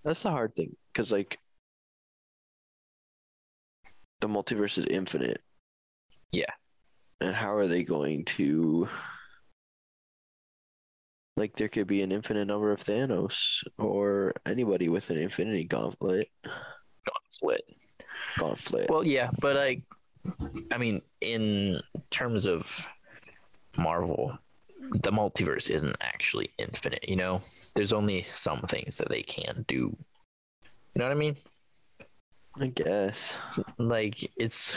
Speaker 2: That's the hard thing because like the multiverse is infinite.
Speaker 1: Yeah.
Speaker 2: And how are they going to like there could be an infinite number of Thanos or anybody with an infinity gauntlet
Speaker 1: Gauntlet.
Speaker 2: gauntlet.
Speaker 1: Well, yeah, but I, I mean, in terms of Marvel, the multiverse isn't actually infinite. You know, there's only some things that they can do. You know what I mean?
Speaker 2: I guess.
Speaker 1: Like it's.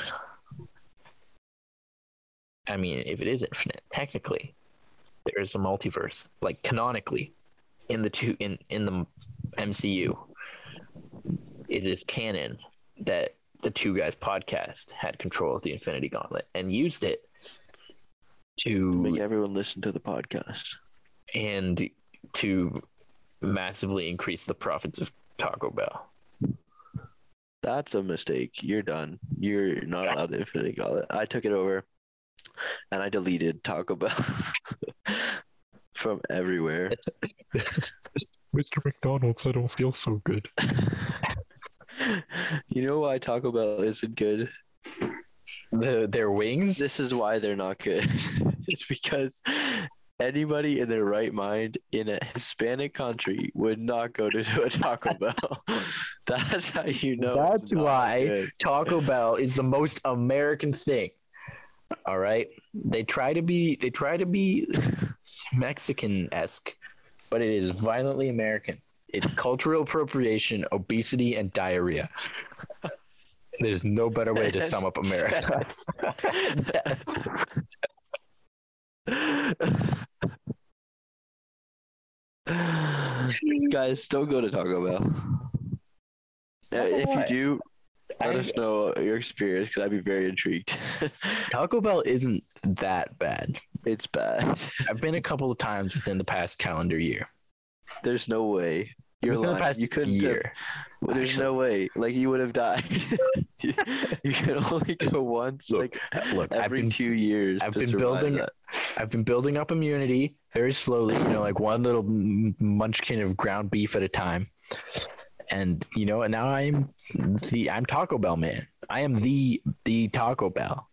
Speaker 1: I mean, if it is infinite, technically, there is a multiverse. Like canonically, in the two in in the MCU, it is canon that the two guys podcast had control of the Infinity Gauntlet and used it
Speaker 2: Make
Speaker 1: to
Speaker 2: everyone listen to the podcast.
Speaker 1: and to massively increase the profits of Taco Bell.
Speaker 2: That's a mistake. You're done. You're not allowed the infinity gauntlet. I took it over and I deleted Taco Bell from everywhere.
Speaker 4: Mr. McDonald's, I don't feel so good.
Speaker 2: you know why Taco Bell isn't good?
Speaker 1: The their wings.
Speaker 2: This is why they're not good. it's because anybody in their right mind in a Hispanic country would not go to a Taco Bell. That's how you know. it's
Speaker 1: That's
Speaker 2: not
Speaker 1: why
Speaker 2: good.
Speaker 1: Taco Bell is the most American thing. All right. They try to be they try to be Mexican esque, but it is violently American. It's cultural appropriation, obesity, and diarrhea. There's no better way to sum up America.
Speaker 2: Guys, don't go to Taco Bell. Uh, If you
Speaker 1: Why?
Speaker 2: do, let
Speaker 1: I-
Speaker 2: us know your experience because I'd be very intrigued.
Speaker 1: Taco Bell isn't that bad.
Speaker 2: it's bad.
Speaker 1: I've been a couple of times within the past calendar year.
Speaker 2: There's no way. You're
Speaker 1: Within the
Speaker 2: lying.
Speaker 1: past
Speaker 2: You couldn't. have-
Speaker 1: year.
Speaker 2: well, there's no way. Like you would have died. you, you could only go once.
Speaker 1: Look,
Speaker 2: like
Speaker 1: Look, I've
Speaker 2: every
Speaker 1: been
Speaker 2: two years.
Speaker 1: I've
Speaker 2: to
Speaker 1: been
Speaker 2: survive
Speaker 1: building-
Speaker 2: that.
Speaker 1: I've been building up immunity very slowly, you know, like one little m- munchkin of ground beef at a time. And you know, and now I'm the I'm Taco Bell man. I am the the Taco Bell.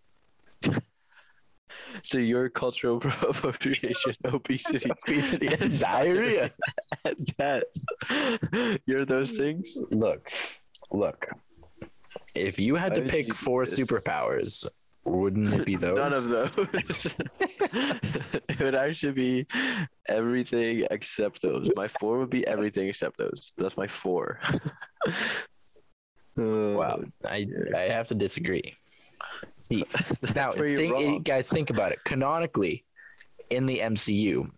Speaker 2: So your cultural appropriation, obesity, obesity, and
Speaker 1: Diarrhea.
Speaker 2: and that. You're those things.
Speaker 1: Look, look. If you had
Speaker 2: Why
Speaker 1: to
Speaker 2: would you
Speaker 1: pick
Speaker 2: do
Speaker 1: four
Speaker 2: this?
Speaker 1: superpowers, wouldn't it be those?
Speaker 2: None of those. it would actually be everything except those. My four would be everything except those. That's my four.
Speaker 1: Wow, I I have to disagree. See,
Speaker 2: That's
Speaker 1: now,
Speaker 2: where you're
Speaker 1: think,
Speaker 2: wrong.
Speaker 1: guys, think about it. Canonically, in the MCU,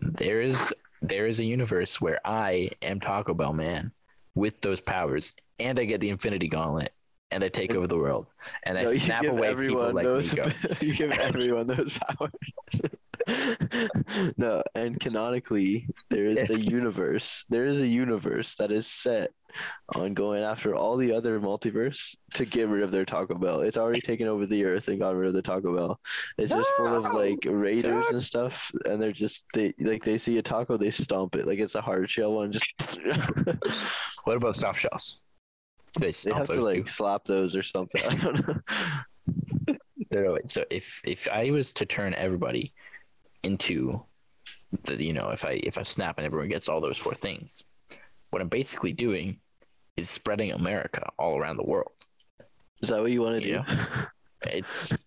Speaker 1: there is there is a universe where I am Taco Bell Man with those powers, and I get the Infinity Gauntlet, and I take over the world, and I
Speaker 2: No, you
Speaker 1: snap
Speaker 2: give
Speaker 1: away people
Speaker 2: everyone
Speaker 1: like
Speaker 2: those.
Speaker 1: Nico.
Speaker 2: you give everyone those powers. no, and canonically, there is a universe. There is a universe that is set on going after all the other multiverse to get rid of their Taco Bell. It's already taken over the Earth and got rid of the Taco Bell. It's just full of
Speaker 1: No!
Speaker 2: like raiders
Speaker 1: Jack.
Speaker 2: and stuff, and they're just they like they see a taco, they stomp it like it's a hard shell one. Just
Speaker 1: What about soft shells? They
Speaker 2: they
Speaker 1: stomp
Speaker 2: have to
Speaker 1: those
Speaker 2: like
Speaker 1: too.
Speaker 2: slap those or something. I don't know.
Speaker 1: They're like- So if if I was to turn everybody into the you know if I if I snap and everyone gets all those four things, what I'm basically doing is spreading America all around the world.
Speaker 2: Is that what you want to do?
Speaker 1: It's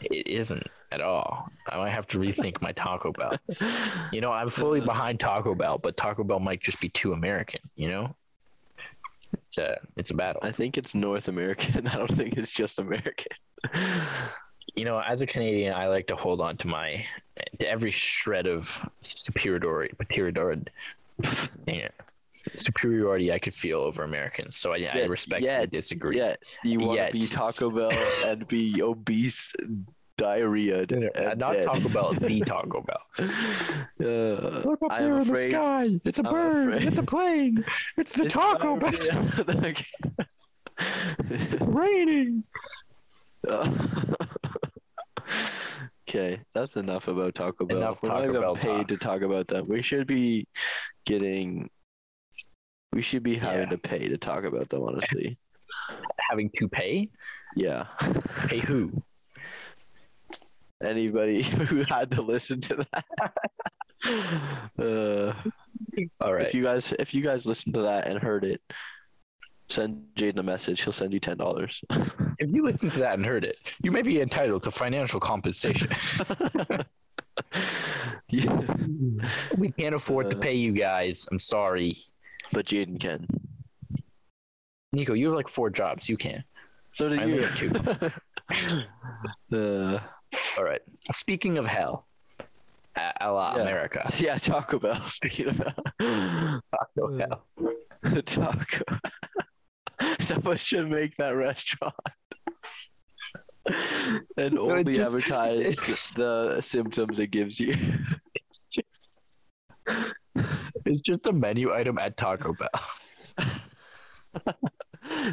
Speaker 1: it isn't at all. I might have to rethink my Taco Bell. You know, I'm fully behind Taco Bell, but Taco Bell might just be too American. You know, it's a it's a battle.
Speaker 2: I think it's North American. I don't think it's just American.
Speaker 1: you know, as a Canadian, I like to hold on to my to every shred of superiority, superiority, dang it, superiority I could feel over Americans. So I, I
Speaker 2: Yet-
Speaker 1: respectfully
Speaker 2: yet-
Speaker 1: disagree.
Speaker 2: Yet you want
Speaker 1: Yet.
Speaker 2: to be Taco Bell and be obese, diarrhea,
Speaker 1: No, no,
Speaker 2: and
Speaker 1: uh, Not
Speaker 2: dead.
Speaker 1: Taco Bell, the Taco Bell.
Speaker 2: Uh,
Speaker 4: Look up
Speaker 2: I am
Speaker 4: there in
Speaker 2: afraid-
Speaker 4: the sky. It's a
Speaker 2: I'm
Speaker 4: bird.
Speaker 2: afraid-
Speaker 4: It's a plane. It's the
Speaker 2: it's
Speaker 4: Taco Bell.
Speaker 2: diarrhea.
Speaker 4: It's raining.
Speaker 2: okay, that's enough about Taco Bell.
Speaker 1: Enough
Speaker 2: We're not
Speaker 1: Taco
Speaker 2: even
Speaker 1: Bell
Speaker 2: paid
Speaker 1: talk.
Speaker 2: to talk about them. We should be getting. We should be having
Speaker 1: Yeah.
Speaker 2: to pay to talk about them, honestly.
Speaker 1: Having to pay,
Speaker 2: Yeah.
Speaker 1: pay who?
Speaker 2: Anybody who had to listen to that. uh,
Speaker 1: All right,
Speaker 2: If you guys, if you guys listened to that and heard it, send Jaden a message. He'll send you ten dollars.
Speaker 1: if you listen to that and heard it, you may be entitled to financial compensation.
Speaker 2: yeah.
Speaker 1: we can't afford to
Speaker 2: Uh.
Speaker 1: pay you guys. I'm sorry,
Speaker 2: But Jaden can.
Speaker 1: Nico. You have like four jobs. You can.
Speaker 2: So did
Speaker 1: I only
Speaker 2: you.
Speaker 1: have two.
Speaker 2: uh,
Speaker 1: All right. Speaking of hell, a, a la
Speaker 2: Yeah.
Speaker 1: America.
Speaker 2: yeah, Taco Bell. Speaking of
Speaker 1: Taco
Speaker 2: Yeah.
Speaker 1: Bell.
Speaker 2: Taco, someone should make that restaurant and
Speaker 1: it's
Speaker 2: only
Speaker 1: just-
Speaker 2: advertise the symptoms it gives you.
Speaker 1: It's just a menu item at Taco Bell.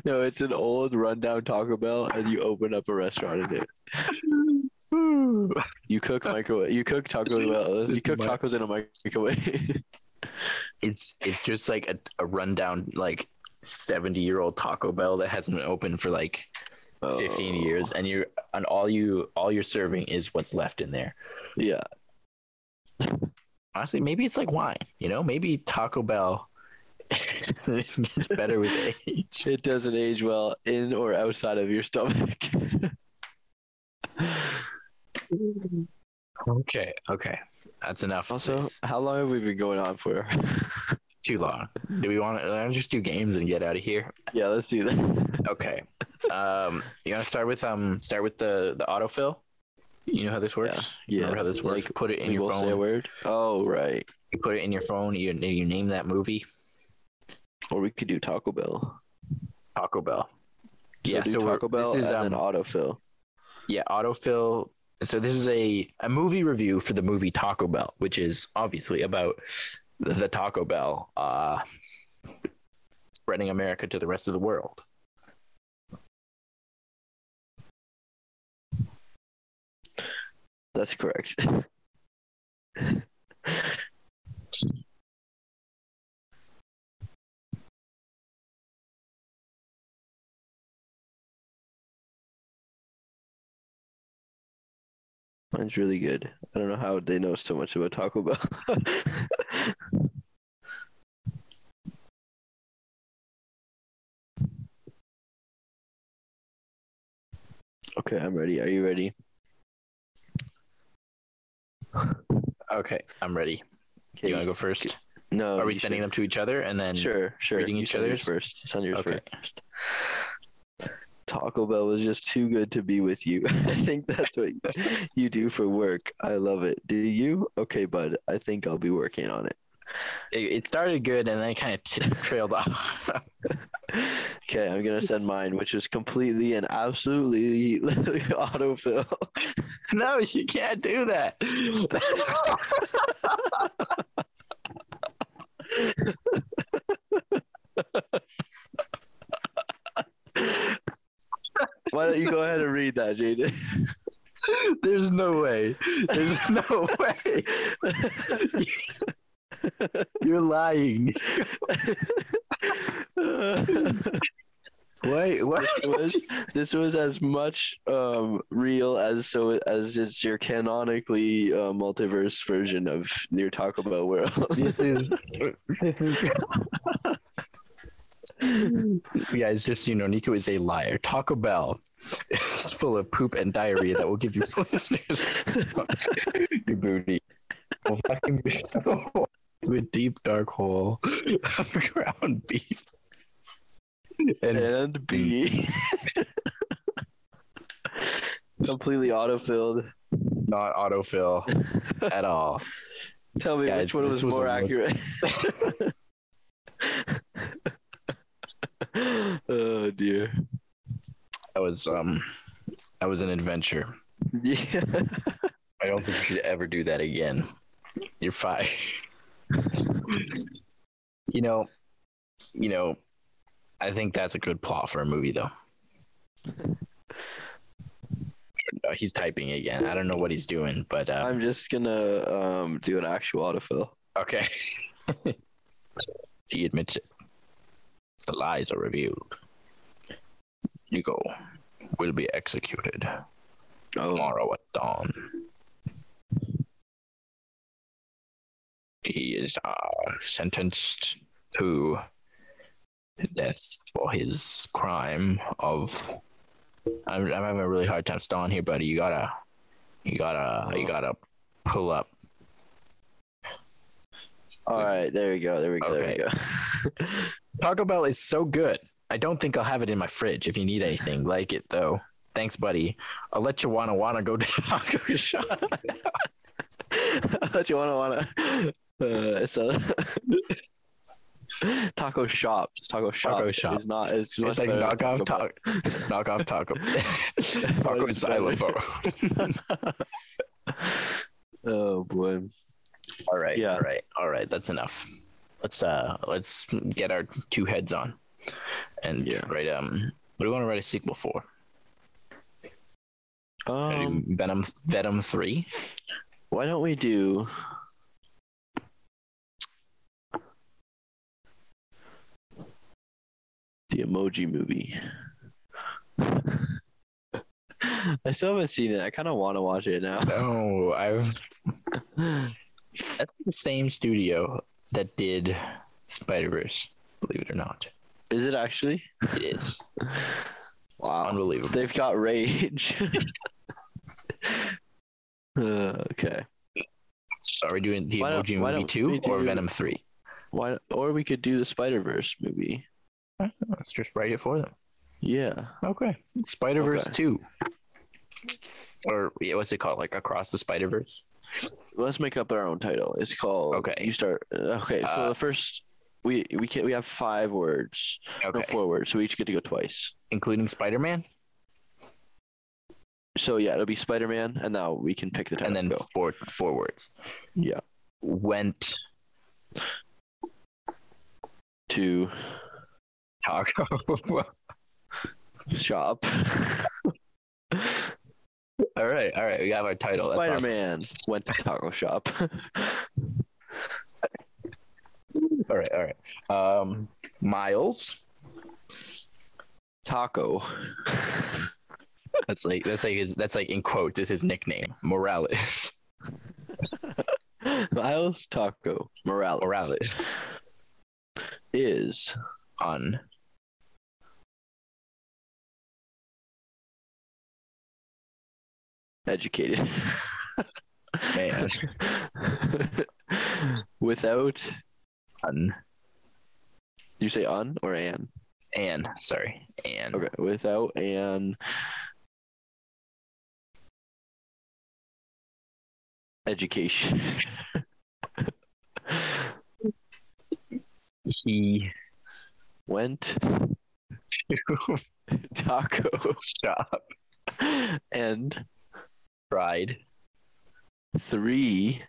Speaker 2: No, it's an old rundown Taco Bell, and you open up a restaurant in it. You cook microwave. You cook Taco Bell. You cook
Speaker 1: Mi-
Speaker 2: tacos in a microwave.
Speaker 1: It's it's just like a, a rundown like seventy year old Taco Bell that hasn't been open for like fifteen
Speaker 2: Oh,
Speaker 1: years, and you're and all you all you're serving is what's left in there.
Speaker 2: Oh, Yeah,
Speaker 1: Honestly, maybe it's like wine. You know, maybe Taco Bell gets better with age.
Speaker 2: it doesn't age well in or outside of your stomach.
Speaker 1: Okay, okay, that's enough.
Speaker 2: also,
Speaker 1: It's
Speaker 2: how long have we been going on for?
Speaker 1: too long. Do we want to just do games and get out of here?
Speaker 2: yeah, let's do that.
Speaker 1: Okay. Um, you want to start with um, start with the the autofill. You know how this works.
Speaker 2: yeah,
Speaker 1: Remember how this works?
Speaker 2: like,
Speaker 1: put it in
Speaker 2: we
Speaker 1: your
Speaker 2: both say a
Speaker 1: phone.
Speaker 2: word. Oh, right.
Speaker 1: You put it in your phone. You you name that movie
Speaker 2: Or we could do Taco Bell.
Speaker 1: Taco Bell.
Speaker 2: So
Speaker 1: yeah.
Speaker 2: do
Speaker 1: So we're-
Speaker 2: Taco Bell
Speaker 1: this is
Speaker 2: and
Speaker 1: um,
Speaker 2: then autofill.
Speaker 1: yeah autofill. So this is a a movie review for the movie Taco Bell, which is obviously about the, the Taco Bell uh, spreading America to the rest of the world.
Speaker 2: That's correct. Mine's really good. I don't know how they know so much about Taco Bell. okay, I'm ready. Are you ready?
Speaker 1: Okay, I'm ready. Do
Speaker 2: Okay.
Speaker 1: you want to go first?
Speaker 2: No.
Speaker 1: Are we
Speaker 2: you
Speaker 1: sending
Speaker 2: should-
Speaker 1: them to each other and then?
Speaker 2: Sure, sure.
Speaker 1: reading
Speaker 2: You
Speaker 1: each
Speaker 2: send yours
Speaker 1: other's?
Speaker 2: first. Send yours
Speaker 1: Okay.
Speaker 2: first. Taco Bell was just too good to be with you. I think that's what you do for work. I love it. Do you? Okay, bud. I think I'll be working on it.
Speaker 1: It, it started good and then it kind of t- trailed off.
Speaker 2: Okay, I'm gonna send mine, which is completely and absolutely autofill.
Speaker 1: no, you can't do that.
Speaker 2: Why don't you go ahead and read that, Jaden?
Speaker 1: There's no way. There's no way. You're lying. Wait, what?
Speaker 2: this was this was as much um real as so as it's your canonically uh, multiverse version of your Taco Bell world.
Speaker 1: This is. This is. Guys, just so you know, Nico is a liar. Taco Bell is full of poop and diarrhea that will give you listeners your booty. Will fucking be so- to a deep dark hole of ground beef and
Speaker 2: and B. Completely autofilled.
Speaker 1: not autofill at all.
Speaker 2: Tell me
Speaker 1: Guys,
Speaker 2: which one
Speaker 1: this
Speaker 2: was,
Speaker 1: was
Speaker 2: more
Speaker 1: a look-
Speaker 2: accurate. oh dear.
Speaker 1: That was um, that was an adventure.
Speaker 2: Yeah.
Speaker 1: I don't think you should ever do that again. You're fine. you know, you know, I think that's a good plot for a movie, though. Uh, He's typing again. I don't know what he's doing, but uh,
Speaker 2: I'm just gonna um do an actual autofill.
Speaker 1: okay. he admits it. The lies are revealed. Nico will be executed
Speaker 2: Oh,
Speaker 1: tomorrow at dawn. He is uh, sentenced to death for his crime of. I'm, I'm having a really hard time stalling here, buddy. You gotta, you gotta, you gotta pull up.
Speaker 2: all right. There we go. There we go. There we go.
Speaker 1: Taco Bell is so good. I don't think I'll have it in my fridge if you need anything. like it though. Thanks, buddy. I'll let you wanna wanna go to Taco Shop.
Speaker 2: what you wanna wanna? Uh, it's a taco shop. Taco shop.
Speaker 1: Taco shop.
Speaker 2: It's not. It's, much
Speaker 1: It's like
Speaker 2: better than
Speaker 1: knockoff taco,
Speaker 2: Taco Bell.
Speaker 1: knockoff taco,
Speaker 2: Like
Speaker 1: taco
Speaker 2: better.
Speaker 1: xylophone.
Speaker 2: Oh boy.
Speaker 1: all right,
Speaker 2: Yeah.
Speaker 1: all right, all right. That's enough. Let's uh, let's get our two heads on, and
Speaker 2: Yeah.
Speaker 1: write um. What do we want to write a sequel for? Wanna do
Speaker 2: Um,
Speaker 1: Venom, Venom three.
Speaker 2: why don't we do? The emoji movie. I still haven't seen it. I kind of want to watch it now.
Speaker 1: No, I've. That's the same studio that did Spider Verse. Believe it or not,
Speaker 2: Is it actually?
Speaker 1: it is
Speaker 2: Wow.
Speaker 1: unbelievable.
Speaker 2: They've got rage. Uh, okay.
Speaker 1: So are we doing the
Speaker 2: Why don't-
Speaker 1: Emoji
Speaker 2: why
Speaker 1: Movie
Speaker 2: don't we
Speaker 1: two or
Speaker 2: do-
Speaker 1: Venom three?
Speaker 2: Why? Or we could do the Spider Verse movie.
Speaker 1: Let's just write it for them.
Speaker 2: Yeah.
Speaker 1: Okay. Spider Verse
Speaker 2: Okay.
Speaker 1: 2. Or yeah, what's it called? Like Across the Spider Verse?
Speaker 2: Let's make up our own title. It's called.
Speaker 1: Okay.
Speaker 2: You start. Okay. so
Speaker 1: Uh,
Speaker 2: the first, we we can we have five words.
Speaker 1: Okay.
Speaker 2: No, four words. So we each get to go twice.
Speaker 1: Including Spider Man
Speaker 2: So yeah, it'll be Spider Man, and now we can pick the title.
Speaker 1: and then
Speaker 2: Go.
Speaker 1: four four words.
Speaker 2: yeah.
Speaker 1: Went
Speaker 2: to
Speaker 1: Taco.
Speaker 2: shop
Speaker 1: all right, all right. We have our title. That's
Speaker 2: Spider
Speaker 1: awesome.
Speaker 2: Man went to taco shop.
Speaker 1: All right, all right. Um, Miles.
Speaker 2: taco.
Speaker 1: That's like that's like his that's like in quote. This is his nickname. Morales.
Speaker 2: Miles Taco Morales,
Speaker 1: Morales
Speaker 2: is
Speaker 1: on
Speaker 2: educated.
Speaker 1: man
Speaker 2: Without
Speaker 1: on
Speaker 2: you say on or an.
Speaker 1: and sorry and
Speaker 2: Okay, without an education.
Speaker 1: he
Speaker 2: Went taco
Speaker 1: shop
Speaker 2: and
Speaker 1: fried
Speaker 2: three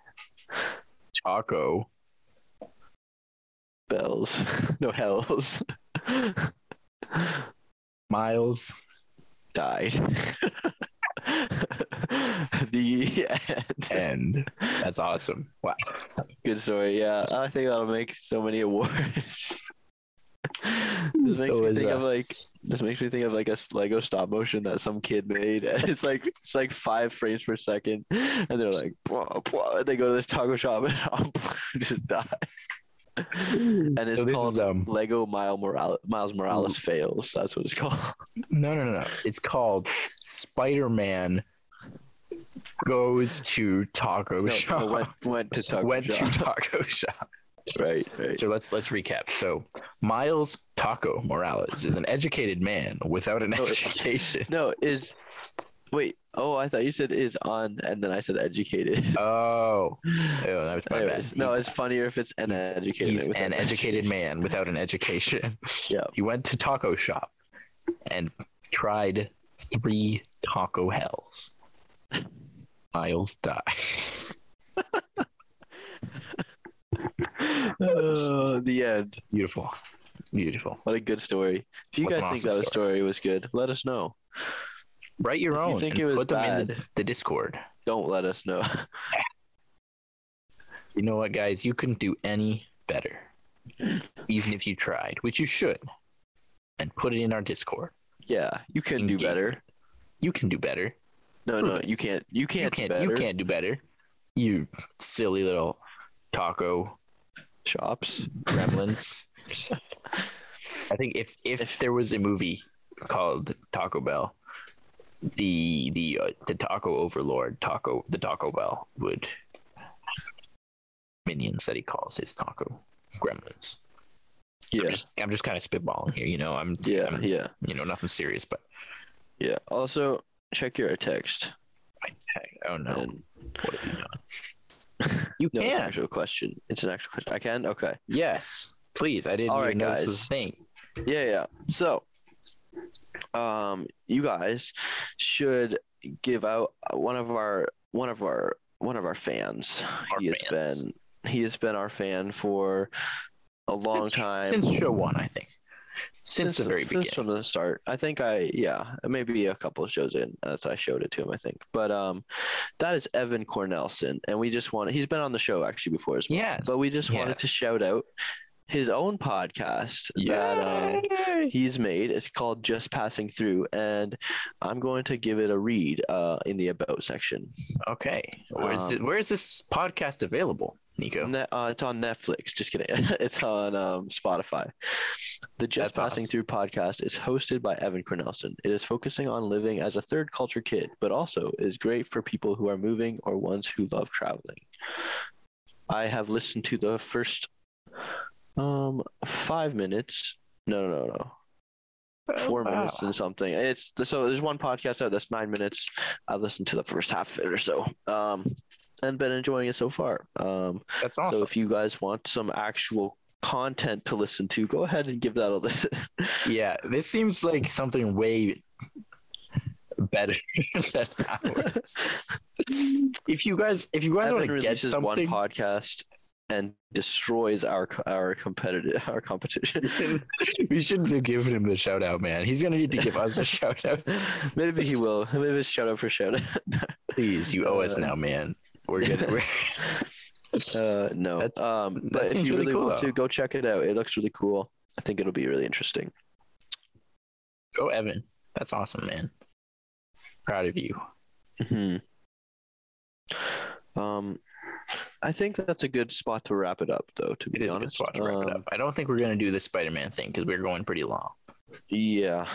Speaker 1: taco
Speaker 2: bells. No hells.
Speaker 1: Miles
Speaker 2: died. the end.
Speaker 1: and that's awesome. Wow.
Speaker 2: Good story. Yeah, I think that'll make so many awards. this makes
Speaker 1: So
Speaker 2: me
Speaker 1: is
Speaker 2: think
Speaker 1: that.
Speaker 2: of like this makes me think of like a s- Lego stop motion that some kid made. And it's like it's like five frames per second, and they're like, "Bwah, bwah," and they go to this taco shop and just die.
Speaker 1: And
Speaker 2: it's
Speaker 1: so this
Speaker 2: called-
Speaker 1: is, um
Speaker 2: Lego Miles Morales, Miles Morales fails. That's what it's called.
Speaker 1: no no no no. It's called Spider Man goes to taco
Speaker 2: No,
Speaker 1: shop.
Speaker 2: no, went went to taco
Speaker 1: went
Speaker 2: shop.
Speaker 1: to taco shop.
Speaker 2: right, right.
Speaker 1: So let's let's recap. So Miles Taco Morales is an educated man without an
Speaker 2: No, it-
Speaker 1: education.
Speaker 2: No, is wait. Oh, I thought you said is on, and then I said educated.
Speaker 1: Oh, oh, that was my
Speaker 2: Anyways,
Speaker 1: bad.
Speaker 2: no,
Speaker 1: He's-
Speaker 2: it's funnier if it's an
Speaker 1: he's-
Speaker 2: educated.
Speaker 1: he's
Speaker 2: with
Speaker 1: an educated man without an education.
Speaker 2: Yeah.
Speaker 1: He went to taco shop and tried three taco hells. Miles died.
Speaker 2: Oh, the end.
Speaker 1: Beautiful. Beautiful.
Speaker 2: What a good story. If you
Speaker 1: What's an
Speaker 2: guys think
Speaker 1: awesome
Speaker 2: that the story was good, let us know.
Speaker 1: Write your
Speaker 2: If
Speaker 1: own.
Speaker 2: you think
Speaker 1: and
Speaker 2: it was
Speaker 1: put them in the,
Speaker 2: bad,
Speaker 1: the Discord.
Speaker 2: don't let us know.
Speaker 1: You know what, guys? You couldn't do any better, even if you tried, which you should. And put it in our Discord.
Speaker 2: yeah, you can do
Speaker 1: Engage.
Speaker 2: better.
Speaker 1: You can do better.
Speaker 2: No, no, you can't. You can't.
Speaker 1: You can't.
Speaker 2: do better.
Speaker 1: You can't do better. You silly little taco
Speaker 2: Shops.
Speaker 1: gremlins. I think if, if
Speaker 2: If-
Speaker 1: there was a movie called Taco Bell, the the uh, the taco overlord taco the Taco Bell would minions that he calls his taco gremlins. I'm
Speaker 2: Yeah.
Speaker 1: just, I'm just kind of spitballing here, you know. I'm,
Speaker 2: Yeah.
Speaker 1: I'm-
Speaker 2: Yeah.
Speaker 1: you know, nothing serious, but
Speaker 2: Yeah. Also, check your text.
Speaker 1: heck, oh no,
Speaker 2: And,
Speaker 1: what have you done? You
Speaker 2: no, it's
Speaker 1: can,
Speaker 2: an actual question. It's an actual question. I can. Okay.
Speaker 1: yes, please. I didn't
Speaker 2: All
Speaker 1: even
Speaker 2: right,
Speaker 1: know this was a
Speaker 2: guys.
Speaker 1: thing.
Speaker 2: Yeah, yeah. So, um, you guys should give out one of our one of our one of our fans.
Speaker 1: Our
Speaker 2: he has
Speaker 1: fans.
Speaker 2: been he has been our fan for a long
Speaker 1: Since-
Speaker 2: time
Speaker 1: since show one, I think, since, the very
Speaker 2: since
Speaker 1: beginning.
Speaker 2: from the start. I think I yeah maybe a couple of shows in as I showed it to him. I think, but um, that is Evan Cornelson, and we just want he's been on the show actually before as well.
Speaker 1: Yes.
Speaker 2: But we just wanted
Speaker 1: Yes.
Speaker 2: to shout out his own podcast that um,
Speaker 1: Yay!
Speaker 2: he's made. It's called Just Passing Through, and I'm going to give it a read uh, in the About section.
Speaker 1: okay, where is,
Speaker 2: um,
Speaker 1: it, where is this podcast available, Nico?
Speaker 2: Ne- uh, it's on Netflix. Just kidding. it's on um, Spotify. The Just
Speaker 1: That's
Speaker 2: Passing
Speaker 1: awesome.
Speaker 2: Through podcast is hosted by Evan Cornelson. It is focusing on living as a third culture kid, but also is great for people who are moving or ones who love traveling. I have listened to the first um, five minutes. No, no, no, no. four
Speaker 1: Oh, Wow.
Speaker 2: minutes and something. It's so there's one podcast out that's nine minutes. I've listened to the first half of it or so, um, and been enjoying it so far. Um,
Speaker 1: That's awesome.
Speaker 2: So if you guys want some actual content to listen to, go ahead and give that a listen.
Speaker 1: yeah, this seems like something way better than ours. if you guys, if you guys
Speaker 2: Evan
Speaker 1: want to get
Speaker 2: releases one
Speaker 1: something,
Speaker 2: podcast and destroys our co- our competitive our competition.
Speaker 1: we shouldn't have given him the shout out, man. He's gonna need to give us a shout out.
Speaker 2: Maybe he will. Maybe it's shout out for shout out.
Speaker 1: Please, you owe us now, man. We're gonna we're
Speaker 2: Uh, no.
Speaker 1: That's-
Speaker 2: um,
Speaker 1: that
Speaker 2: but if
Speaker 1: seems
Speaker 2: you
Speaker 1: really
Speaker 2: really
Speaker 1: cool,
Speaker 2: want
Speaker 1: though.
Speaker 2: to, go check it out. It looks really cool. I think it'll be really interesting.
Speaker 1: Go Oh, Evan. That's awesome, man. Proud of you.
Speaker 2: Mm-hmm. Um, I think that's a good spot to wrap it up, though. To
Speaker 1: It
Speaker 2: be
Speaker 1: is a good
Speaker 2: honest,
Speaker 1: spot to wrap it
Speaker 2: Um,
Speaker 1: up. I don't think we're gonna do the Spider Man thing because we're going pretty long.
Speaker 2: Yeah,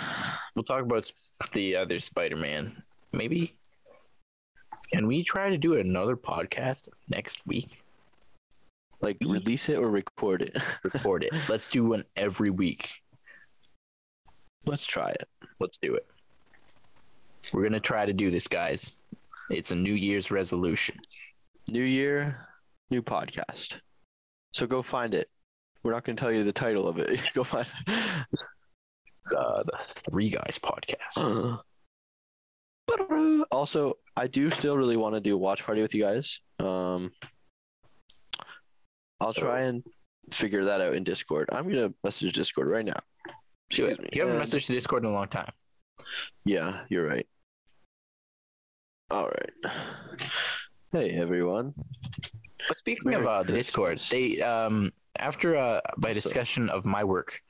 Speaker 1: We'll talk about sp- the other Spider Man. Maybe can we try to do another podcast next week?
Speaker 2: like
Speaker 1: Mhm.
Speaker 2: release it or record it.
Speaker 1: Record it. Let's do one every week.
Speaker 2: Let's try it.
Speaker 1: Let's do it. We're gonna try to do this, guys. It's a New Year's resolution.
Speaker 2: New year, new podcast. So go find it. We're not going to tell you the title of it. go find. It.
Speaker 1: Uh, the Three Guys podcast.
Speaker 2: Ba-da-da. also, I do still really want to do a watch party with you guys. Um, I'll try and figure that out in Discord. I'm gonna message Discord right now.
Speaker 1: Do
Speaker 2: Excuse me. Uh,
Speaker 1: it. You haven't
Speaker 2: And-
Speaker 1: messaged the Discord in a long time.
Speaker 2: Yeah, you're right. All right. Hey everyone.
Speaker 1: But speaking
Speaker 2: Merry
Speaker 1: of uh, the
Speaker 2: Christmas.
Speaker 1: Discord, they um after uh by
Speaker 2: What's up?
Speaker 1: discussion of my work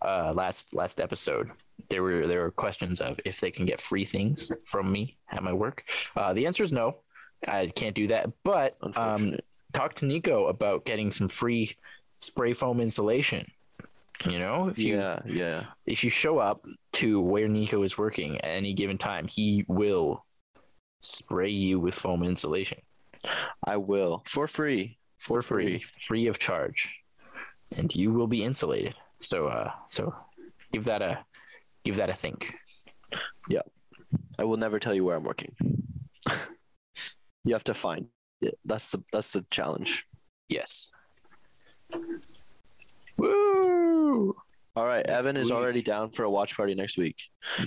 Speaker 1: uh last last episode, there were there were questions of if they can get free things from me at my work. Uh, the answer is no. I can't do that. But um,
Speaker 2: Unfortunate.
Speaker 1: talk to Nico about getting some free spray foam insulation. You know, if you
Speaker 2: yeah, yeah.
Speaker 1: if you show up to where Nico is working at any given time, he will spray you with foam insulation
Speaker 2: I will for free.
Speaker 1: for free, free of charge, and you will be insulated. So, uh, so give that a give that a think.
Speaker 2: I will never tell you where I'm working. you have to find it. That's the that's the challenge.
Speaker 1: Yes. Woo!
Speaker 2: All right, Evan is
Speaker 1: Sweet.
Speaker 2: already down for a watch party next week.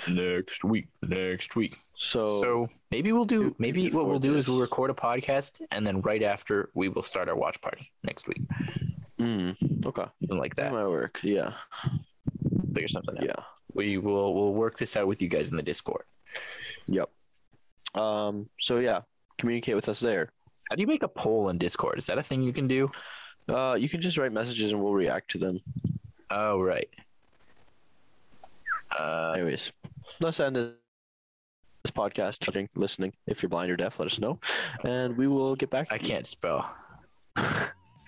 Speaker 1: Next week, next week.
Speaker 2: So,
Speaker 1: So maybe we'll do
Speaker 2: Dude,
Speaker 1: maybe what we'll
Speaker 2: before
Speaker 1: do is we'll
Speaker 2: this-
Speaker 1: record a podcast, and then right after we will start our watch party next week,
Speaker 2: mm, okay,
Speaker 1: something like
Speaker 2: that
Speaker 1: that.
Speaker 2: might work. Yeah,
Speaker 1: Figure something out.
Speaker 2: yeah,
Speaker 1: we will we'll work this out with you guys in the discord
Speaker 2: yep. Um, so yeah, communicate with us there.
Speaker 1: how do you make a poll in discord is that a thing you can do
Speaker 2: Uh, you can just write messages and we'll react to them.
Speaker 1: oh right uh
Speaker 2: Anyways, let's end this this podcast. Touching, listening. If you're blind or deaf, let us know, and we will get back. to
Speaker 1: i
Speaker 2: you.
Speaker 1: can't spell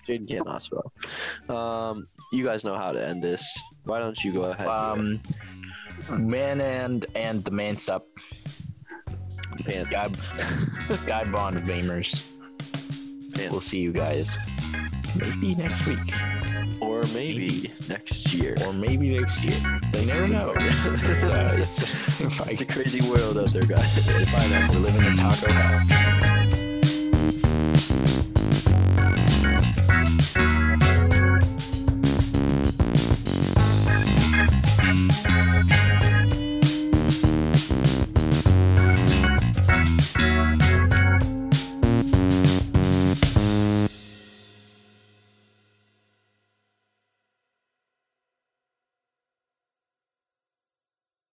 Speaker 2: Jaden cannot spell. Um, you guys know how to end this. Why don't you go ahead?
Speaker 1: um man and and the man sup
Speaker 2: Pants.
Speaker 1: guy guy bond gamers
Speaker 2: Yeah.
Speaker 1: we'll see you guys maybe next week
Speaker 2: or maybe next year.
Speaker 1: or maybe next year they never know Uh, it's,
Speaker 2: It's a crazy world out there, guys.
Speaker 1: it's, we live in the taco house